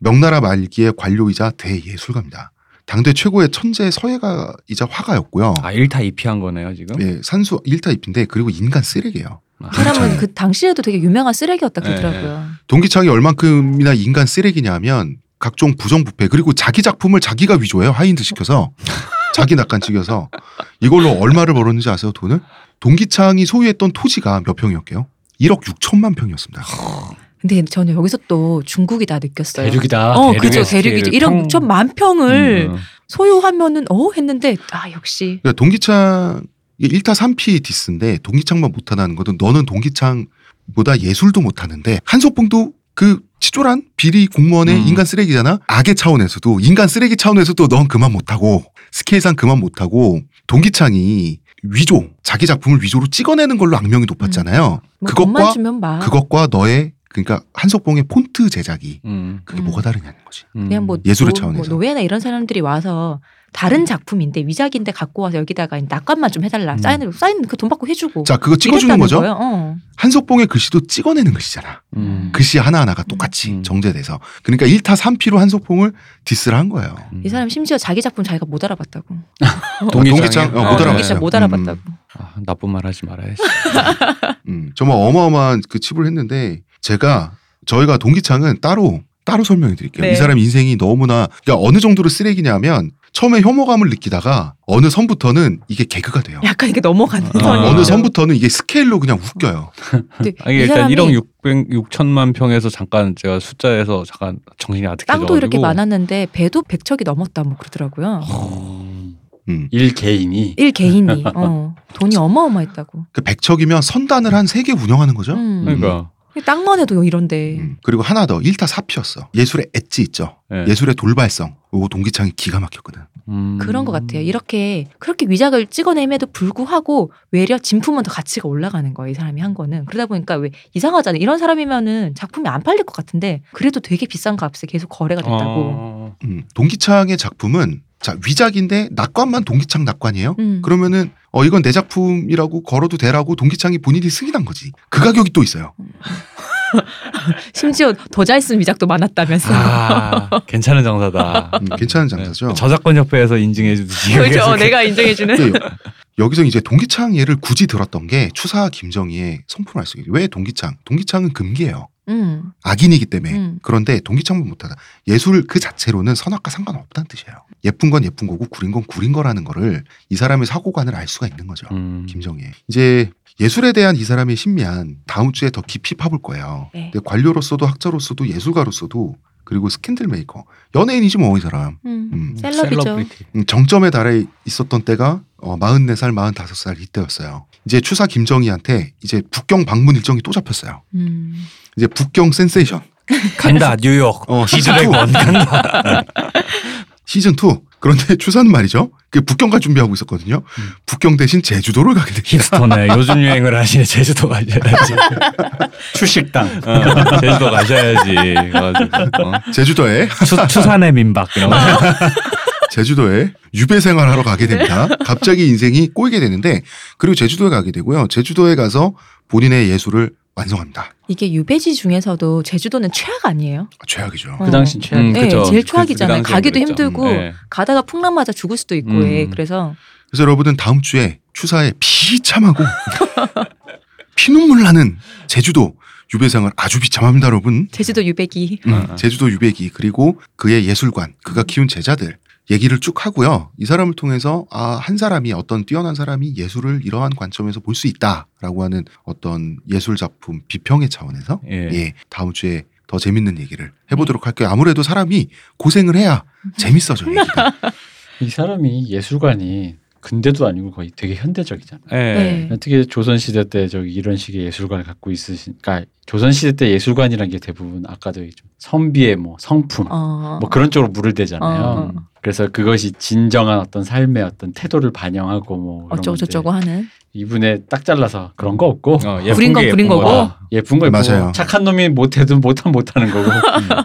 S1: 명나라 말기의 관료이자 대예술가입니다. 당대 최고의 천재 서예가이자 화가였고요.
S3: 아 1타 2피한 거네요 지금.
S1: 예, 산수 1타 2인데 그리고 인간 쓰레기예요.
S3: 아.
S1: 그렇죠. 네.
S2: 그 사람은 그 당시에도 되게 유명한 쓰레기였다 그러더라고요.
S1: 동기창이 얼만큼이나 인간 쓰레기냐면 각종 부정부패 그리고 자기 작품을 자기가 위조해요 하인드 시켜서 자기 낙관 찍여서 이걸로 얼마를 벌었는지 아세요 돈을? 동기창이 소유했던 토지가 몇 평이었게요? 1억 6천만 평이었습니다.
S2: 근데 저는 여기서 또 중국이다 느꼈어요.
S4: 대륙이다.
S2: 어,
S3: 대륙의
S2: 그죠. 대륙이죠. 1억
S3: 스케일, 평-
S2: 6천만 평을
S3: 음.
S2: 소유하면은, 어? 했는데, 아, 역시.
S1: 그러니까 동기창 이게 1타 3피 디스인데 동기창만 못하다는 것은 너는 동기창보다 예술도 못하는데 한석봉도 그 치졸한 비리 공무원의
S3: 음.
S1: 인간 쓰레기잖아. 악의 차원에서도 인간 쓰레기 차원에서도 넌 그만 못하고 스케일상 그만 못하고 동기창이 위조 자기 작품을 위조로 찍어내는 걸로 악명이 높았잖아요.
S2: 뭐 돈만
S1: 그것과
S2: 주면 막.
S1: 그것과 너의 그러니까 한석봉의 폰트 제작이
S3: 음.
S1: 그게
S2: 음.
S1: 뭐가 다르냐는 거지.
S2: 그냥 뭐
S1: 음, 예술의
S2: 노-
S1: 차원에서.
S2: 뭐 노예나 이런 사람들이 와서 다른 작품인데 위작인데 갖고 와서 여기다가 낙관만 좀 해달라
S4: 음.
S2: 사인을 사인 그 돈 받고 해주고
S1: 자 그거 찍어주는
S2: 이랬다는
S1: 거죠.
S2: 거예요. 어.
S1: 한석봉의 글씨도 찍어내는 글씨잖아.
S3: 음.
S2: 그
S1: 글씨 그 하나하나가 똑같이
S3: 음.
S1: 정제돼서 그러니까 1타 3피로 한소풍을 디스를 한 거예요.
S3: 음.
S2: 이 사람 심지어 자기 작품 자기가 못 알아봤다고
S1: 동기창
S3: 어,
S1: 어, 못
S3: 동기창
S1: 알아봤어요.
S2: 못 알아봤다고
S3: 아, 나쁜 말 하지
S2: <laughs>
S3: 말아야지.
S1: 음, 음. 정말 어마어마한 그 칩을 했는데 제가 저희가 동기창은 따로 따로 설명해 드릴게요.
S2: 네.
S1: 이 사람 인생이 너무나 그러니까 어느 정도로 쓰레기냐면 처음에 혐오감을 느끼다가 어느 선부터는 이게 개그가 돼요.
S2: 약간 이렇게 넘어가는
S3: 아,
S2: 선이
S1: 어느
S2: 있죠.
S1: 선부터는 이게 스케일로 그냥 웃겨요.
S2: 근데
S3: 아, 이게
S2: 이
S3: 일단
S2: 사람이
S3: 1억 600, 6천만 평에서 잠깐 제가 숫자에서 잠깐 정신이 아득해져가지고
S2: 땅도 이렇게 많았는데 배도 100척이 넘었다 뭐 그러더라고요
S1: 음.
S4: 일 개인이
S2: 일 <laughs> 개인이 어, 돈이 어마어마했다고
S1: 그 백척이면 선단을 한 세 개 운영하는 거죠.
S2: 음.
S3: 그러니까
S2: 땅만 해도 이런데
S1: 음. 그리고 하나 더 1타 4피였어. 예술의 엣지 있죠.
S3: 예.
S1: 예술의 돌발성. 오 동기창이 기가 막혔거든.
S3: 음.
S2: 그런 것 같아요. 이렇게 그렇게 위작을 찍어내임에도 불구하고 외려 진품은 더 가치가 올라가는 거예요. 이 사람이 한 거는 그러다 보니까 왜 이상하잖아요. 이런 사람이면은 작품이 안 팔릴 것 같은데 그래도 되게 비싼 값에 계속 거래가 됐다고.
S3: 어.
S1: 음, 동기창의 작품은 자 위작인데 낙관만 동기창 낙관이에요.
S2: 음.
S1: 그러면은 어 이건 내 작품이라고 걸어도 되라고 동기창이 본인이 승인한 거지. 그 가격이 또 있어요.
S2: 심지어 더 잘 쓴 위작도 많았다면서.
S3: 아, 괜찮은 장사다.
S1: 음, 괜찮은 장사죠.
S3: 네. 저작권 협회에서 인증해 주듯이.
S2: <laughs> 그렇죠. 내가 <laughs> 인정해주는.
S1: 근데 네. 여, 기서 이제 동기창 예를 굳이 들었던 게 추사 김정희의 성품을 알 수 있게 왜 동기창? 동기창은 금기예요.
S2: 음.
S1: 악인이기 때문에
S2: 음.
S1: 그런데 동기창만 못하다 예술 그 자체로는 선악과 상관없다는 뜻이에요. 예쁜 건 예쁜 거고 구린 건 구린 거라는 거를 이 사람의 사고관을 알 수가 있는 거죠.
S3: 음.
S1: 김정희. 이제 예술에 대한 이 사람의 신미한 다음 주에 더 깊이 파볼 거예요.
S2: 네.
S1: 근데 관료로서도 학자로서도 예술가로서도 그리고 스캔들 메이커 연예인이지 뭐 이 사람.
S2: 음.
S1: 음.
S2: 셀럽이죠.
S3: 셀러브리티.
S1: 음, 정점에 달해 있었던 때가 어, 44살, 45살 이때였어요. 이제 추사 김정희한테 이제 북경 방문 일정이 또 잡혔어요.
S2: 음.
S1: 이제 북경 센세이션.
S3: 간다 뉴욕.
S1: 어, 시즌 2.
S3: 간다.
S1: <laughs> 시즌 2. 그런데 추사는 말이죠. 그 북경 갈 준비하고 있었거든요. 북경 대신 제주도를 가게 됩니다.
S3: 힙스터네. 요즘 유행을 하시네. 제주도
S4: <laughs>
S3: 가셔야지.
S4: 출식당
S3: 어, 제주도 가셔야지. 그래가지고, 어.
S1: 제주도에 <laughs>
S3: 추, 추산의 민박
S2: 어.
S3: 이런 거.
S1: 제주도에 유배 생활하러 가게 됩니다. 갑자기 인생이 꼬이게 되는데 그리고 제주도에 가게 되고요. 제주도에 가서 본인의 예술을 완성합니다.
S2: 이게 유배지 중에서도 제주도는 최악 아니에요?
S1: 아, 최악이죠.
S2: 어.
S4: 그 당시 최
S3: 음,
S2: 네,
S3: 그죠.
S2: 제일
S3: 그-
S2: 최악이잖아요.
S3: 그 당시엔
S2: 가기도
S3: 그랬죠.
S2: 힘들고
S3: 음, 네.
S2: 가다가 풍랑 맞아 죽을 수도 있고
S3: 음.
S2: 예. 그래서
S1: 그래서 여러분은 다음 주에 추사에 비참하고 <laughs> 피눈물 나는 제주도 유배 생활 아주 비참합니다, 여러분.
S2: 제주도 유배기.
S3: 아,
S1: 음, 제주도 유배기 그리고 그의 예술관 그가 키운 제자들 얘기를 쭉 하고요. 이 사람을 통해서 아 한 사람이 어떤 뛰어난 사람이 예술을 이러한 관점에서 볼 수 있다라고 하는 어떤 예술 작품 비평의 차원에서
S3: 예.
S1: 예, 다음 주에 더 재밌는 얘기를 해보도록 할게요. 아무래도 사람이 고생을 해야 재밌어져요. 얘기가.
S4: 이 사람이 예술관이 근대도 아니고 거의 되게 현대적이잖아.
S3: 예.
S2: 네.
S4: 어떻게 조선 시대 때 저기 이런 식의 예술관을 갖고 있으신? 그러니까 조선 시대 때 예술관이란 게 대부분 아까도 얘기 좀 선비의 뭐 성품
S2: 어.
S4: 뭐 그런 쪽으로 물을 대잖아요.
S2: 어.
S4: 그래서 그것이 진정한 어떤 삶의 어떤 태도를 반영하고 뭐 그런
S2: 어쩌고
S4: 건데
S2: 저쩌고 하는.
S4: 이분의 딱 잘라서 그런 거 없고
S3: 어,
S2: 부린
S3: 예쁜 게
S2: 건
S3: 예쁜
S2: 부린 거고.
S3: 거다.
S4: 예쁜 거
S1: 맞아요.
S4: 있고 착한 놈이 못해도 못하면 못하는 거고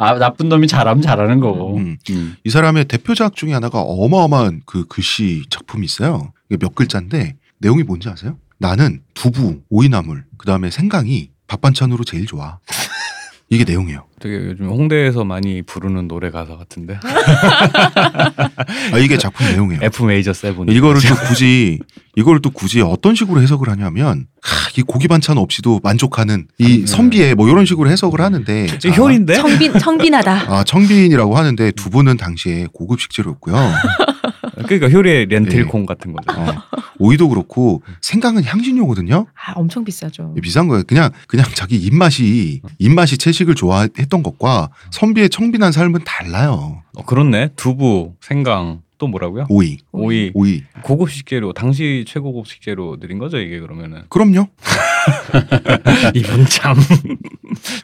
S4: 아, 나쁜 놈이 잘하면 잘하는 거고
S1: 음.
S4: 음.
S1: 이 사람의 대표작 중에 하나가 어마어마한 그 글씨 작품이 있어요. 이게 몇 글자인데 내용이 뭔지 아세요? 나는 두부, 오이나물, 그 다음에 생강이 밥 반찬으로 제일 좋아. 이게 내용이에요.
S3: 되게 요즘 홍대에서 많이 부르는 노래
S2: <laughs>
S3: 가사 같은데
S1: 아, 이게 작품 내용이에요.
S3: F 아, 메이저 세븐
S1: 이거를 또 굳이 이걸 또 굳이 어떤 식으로 해석을 하냐면 하, 이 고기 반찬 없이도 만족하는 이 선비의 뭐 이런 식으로 해석을 하는데
S3: 이
S1: 자,
S3: 효린데
S1: <laughs>
S2: 청빈 청빈하다.
S1: 아 청비인이라고 하는데 두 분은 당시에 고급 식재료였고요.
S3: 그러니까 효리의 렌틸콩
S1: 네.
S3: 같은 거죠.
S1: 어, 오이도 그렇고 생강은 향신료거든요.
S2: 아, 엄청 비싸죠.
S1: 비싼 거예요. 그냥 그냥 자기 입맛이 입맛이 채식을 좋아했던 것과 선비의 청빈한 삶은 달라요.
S3: 어, 그렇네. 두부, 생강 또 뭐라고요?
S1: 오이
S3: 오이.
S1: 오이
S3: 고급 식재료 당시 최고급 식재료들인 거죠
S1: <laughs>
S3: 이게 그러면은
S1: 그럼요.
S3: 이분 참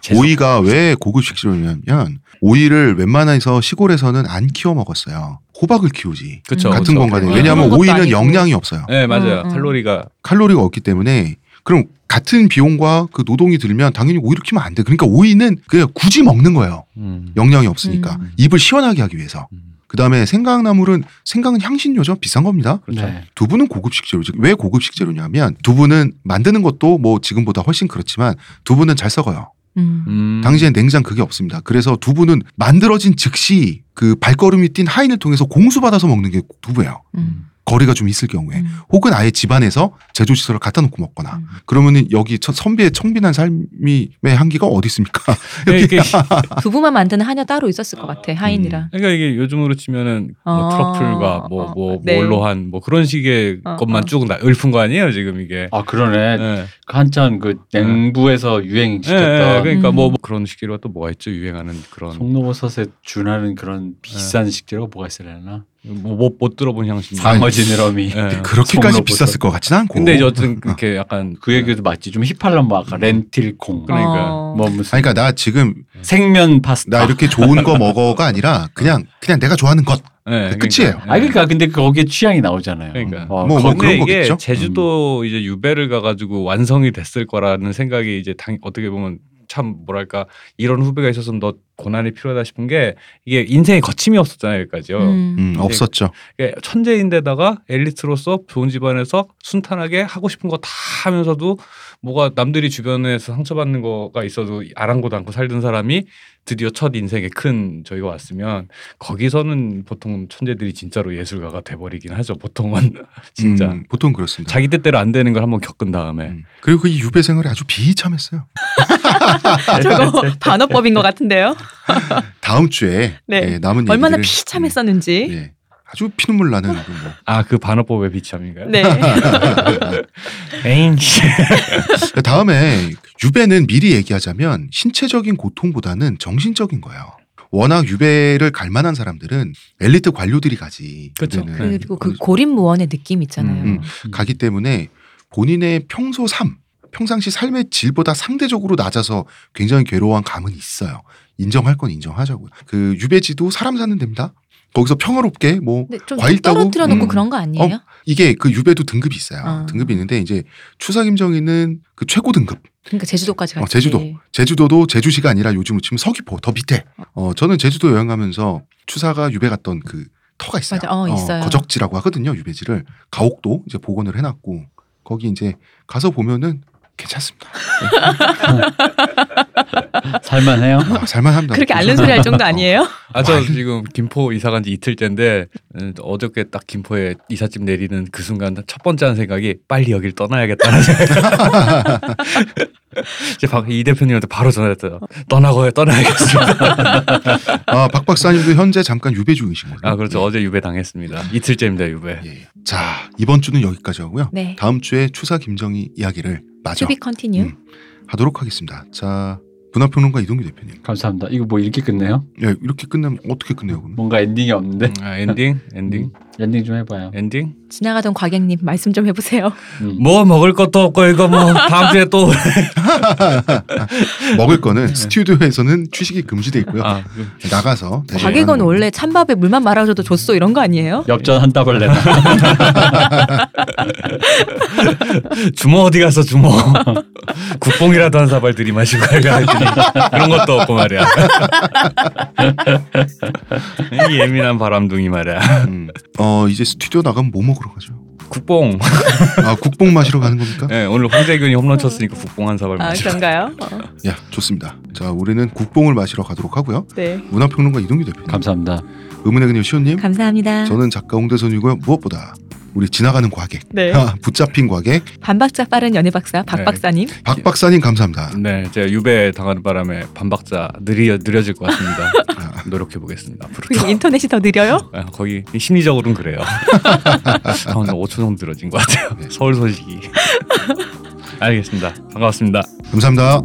S3: 재수-
S1: 오이가 왜 고급 식재료냐면 오이를 웬만해서 시골에서는 안 키워 먹었어요. 호박을 키우지.
S3: 그쵸,
S1: 같은
S3: 그쵸.
S1: 공간에
S3: 아.
S1: 왜냐하면
S2: 그런 것도
S1: 오이는
S2: 아니고.
S1: 영양이 없어요.
S3: 네 맞아요
S2: 음, 음.
S3: 칼로리가
S1: 칼로리가 없기 때문에 그럼 같은 비용과 그 노동이 들면 당연히 오이를 키면 안 돼. 그러니까 오이는 그냥 굳이 먹는 거예요.
S3: 음.
S1: 영양이 없으니까
S3: 음.
S1: 입을 시원하게 하기 위해서.
S3: 음.
S1: 그다음에 생강나물은 생강은 향신료죠. 비싼 겁니다.
S3: 그렇죠.
S4: 네.
S1: 두부는 고급 식재료죠. 왜 고급 식재료냐면 두부는 만드는 것도 뭐 지금보다 훨씬 그렇지만 두부는 잘 썩어요.
S2: 음.
S3: 음.
S1: 당시엔 냉장 그게 없습니다. 그래서 두부는 만들어진 즉시 그 발걸음이 뛴 하인을 통해서 공수받아서 먹는 게 두부예요.
S2: 음.
S1: 거리가 좀 있을 경우에.
S2: 음.
S1: 혹은 아예 집안에서 제조 시설을 갖다 놓고 먹거나
S2: 음.
S1: 그러면은 여기 첫 선비의 청빈한 삶의 향기가 어디 있습니까?
S3: 네, 이게
S2: 두부만 만드는 한여 따로 있었을 것 같아 하인이랑.
S3: <laughs> 그러니까 이게 요즘으로 치면은 뭐
S2: 어,
S3: 트러플과 뭐 뭐
S2: 어, 네.
S3: 뭘로 한 뭐 그런 식의
S2: 어,
S3: 것만
S2: 어.
S3: 쭉 나, 읊은 거 아니에요 지금 이게
S4: 아 그러네.
S3: 네.
S4: 한참 그 냉부에서
S1: 네.
S3: 예, 예,
S4: 유행시켰던
S3: 그러니까 뭐,
S2: 음.
S3: 뭐 그런 식기로가 또 뭐가 있죠 유행하는 그런
S4: 송로버섯에 준하는
S1: 네.
S4: 그런 비싼 식재료가 뭐가 있으려나?
S3: 뭐 못 들어본 향신
S1: 네.
S4: 방어지느러미.
S1: <laughs>
S3: 예.
S1: 아, 그렇게까지
S4: 송로버섯.
S1: 비쌌을 것 같진 않고.
S3: 근데 이제 어쨌든 그렇게 약간 네.
S4: 그 얘기도 맞지. 좀 힙할란 뭐 아까 렌틸콩.
S3: 그래. 그러니까.
S2: 어.
S4: 뭐 무슨
S1: 음. 아니, 그러니까 나 지금
S4: 생면 파스타.
S3: 아.
S1: 나 이렇게 좋은 거 먹어가 아니라
S3: <laughs>
S1: 그냥 그냥 내가 좋아하는 것.
S3: 예,
S1: 그 끝이에요.
S3: 그러니까, 예.
S4: 아 그러니까 근데 거기에 취향이 나오잖아요.
S3: 그러니까.
S4: 어,
S1: 뭐, 뭐
S4: 거기-
S3: 근데
S1: 그런
S3: 이게
S1: 거겠죠? 음.
S3: 제주도 이제 유배를 가가지고 완성이 됐을 거라는 생각이 이제 당, 어떻게 보면 참 뭐랄까 이런 후배가 있어서 너 고난이 필요하다 싶은 게 이게 인생에 거침이 없었잖아요 여기까지요.
S2: 음.
S3: 예,
S1: 음, 없었죠.
S3: 이게 천재인데다가 엘리트로서 좋은 집안에서 순탄하게 하고 싶은 거 다 하면서도 뭐가 남들이 주변에서 상처받는 거가 있어도 아랑곳 않고 살던 사람이 드디어 첫 인생에 큰 저희가 왔으면 거기서는 보통 천재들이 진짜로 예술가가 돼버리긴 하죠 보통은 <laughs> 진짜
S1: 음, 보통 그렇습니다.
S3: 자기 뜻대로 안 되는 걸 한번 겪은 다음에
S1: 음. 그리고 이 유배 생활이 아주 비참했어요.
S2: 저거 <laughs> 반어법인 것 같은데요.
S1: 다음 주에
S2: 네.
S1: 예, 남은
S2: 얼마나
S1: 얘기들을-
S2: 비참했었는지.
S1: 음, 예. 아주 피눈물 나는 그 뭐.
S3: 아 그 반어법의 비참인가요?
S2: 네.
S3: 에잉
S1: 그러니까 다음에 유배는 미리 얘기하자면 신체적인 고통보다는 정신적인 거예요. 워낙 유배를 갈 만한 사람들은 엘리트 관료들이 가지.
S3: 그쵸.
S1: 유배는.
S2: 그리고 그 고립무원의 느낌 있잖아요.
S1: 음, 가기 때문에 본인의 평소 삶, 평상시 삶의 질보다 상대적으로 낮아서 굉장히 괴로워한 감은 있어요. 인정할 건 인정하자고요. 그 유배지도 사람 사는 데입니다. 거기서 평화롭게 뭐
S2: 근데 좀
S1: 과일 따고?
S2: 떨어뜨려
S1: 음.
S2: 놓고 그런 거 아니에요?
S1: 이게 그 유배도 등급이 있어요.
S2: 아.
S1: 등급이 있는데 이제 추사김정희는 그 최고 등급
S2: 그러니까 제주도까지
S1: 어,
S2: 갔지.
S1: 제주도. 제주도도 제주시가 아니라 요즘으로 치면 서귀포 더 밑에. 어 저는 제주도 여행 가면서 추사가 유배 갔던 그 터가 있어요.
S2: 맞아. 어, 있어요.
S1: 거적지라고 하거든요. 유배지를 가옥도 이제 복원을 해놨고 거기 이제 가서 보면은 괜찮습니다.
S4: 살만해요.
S2: <laughs>
S1: 아, 살만합니다.
S2: 그렇게 앓는 소리 할
S1: <laughs>
S2: 정도
S1: 어,
S2: 아니에요?
S3: 아 저 지금 김포 이사 간 지 이틀째인데 음, 어저께 딱 김포에 이삿짐 내리는 그 순간 첫 번째 한 생각이 빨리 여길 떠나야겠다는 생각. <laughs> 이제 박- 이 대표님한테 바로 전화했어요. 떠나고요, 떠나야겠습니다.
S1: 아, 박 박사님도 현재 잠깐 유배 중이신 거죠?
S3: 아 그렇죠. 어제 유배 당했습니다. 이틀째입니다 유배.
S1: 예. 예. 자 이번 주는 여기까지 하고요.
S2: 네.
S1: 다음 주에 추사 김정희 이야기를 마저
S2: 투비 컨티뉴.
S1: 음. 하도록 하겠습니다. 자 문화평론가 이동규 대표님.
S4: 감사합니다. 이거 뭐 이렇게 끝내요?
S1: 예, 이렇게 끝나면 어떻게 끝내요? 그럼?
S4: 뭔가 엔딩이 없는데.
S3: 음, 아, 엔딩, 엔딩,
S4: 엔딩 좀 해봐요.
S3: 엔딩.
S2: 지나가던 과객님 말씀 좀 해보세요.
S4: 음.
S3: 뭐 먹을 것도 없고 이거 뭐 다음 주에 또.
S1: 먹을 거는 스튜디오에서는 취식이 금지돼 있고요. 네,
S3: 아,
S1: 나가서 대신
S2: 과객은
S1: 하는
S2: 원래 찬밥에 물만 말아줘도 줬어 이런 거
S1: 네,
S2: 아니에요?
S4: 엽전 한 답을 내라.
S3: 주모 어디 가서 주모. <laughs> 국뽕이라도 한 사발 들이마시고 해가지고 그런 것도 없고 말이야. <laughs> 이 예민한 바람둥이 말이야.
S1: 음. 어 이제 스튜디오 나가면 뭐 먹으러 가죠?
S3: 국뽕.
S1: 아, 국뽕 마시러 가는 겁니까?
S3: 네, 오늘 황재균이 홈런 쳤으니까 국뽕 한 사발
S2: 아
S3: 마시고.
S2: 그런가요? 어,
S1: 야, 좋습니다. 자, 우리는 국뽕을 마시러 가도록 하고요.
S2: 네.
S1: 문화평론가 이동규 대표님,
S4: 감사합니다.
S1: 의문의 그녀 시호님,
S2: 감사합니다.
S1: 저는 작가 홍대선이고요. 무엇보다 우리 지나가는 과객,
S2: 네.
S1: 아, 붙잡힌 과객,
S2: 반박자 빠른 연애 박사 박
S3: 네.
S2: 박사님.
S1: 박 박사님 감사합니다.
S3: 네, 제가 유배 당하는 바람에 반박자 느려 느려질 것 같습니다.
S1: 아,
S3: 노력해 보겠습니다. 앞으로.
S2: 그리고 인터넷이 더 느려요?
S3: 아, 거기 심리적으로는 그래요. <laughs> 아, 오늘 5초 정도 늘어진 것 같아요.
S1: 네.
S3: 서울 소식이. 알겠습니다. 반갑습니다.
S1: 감사합니다.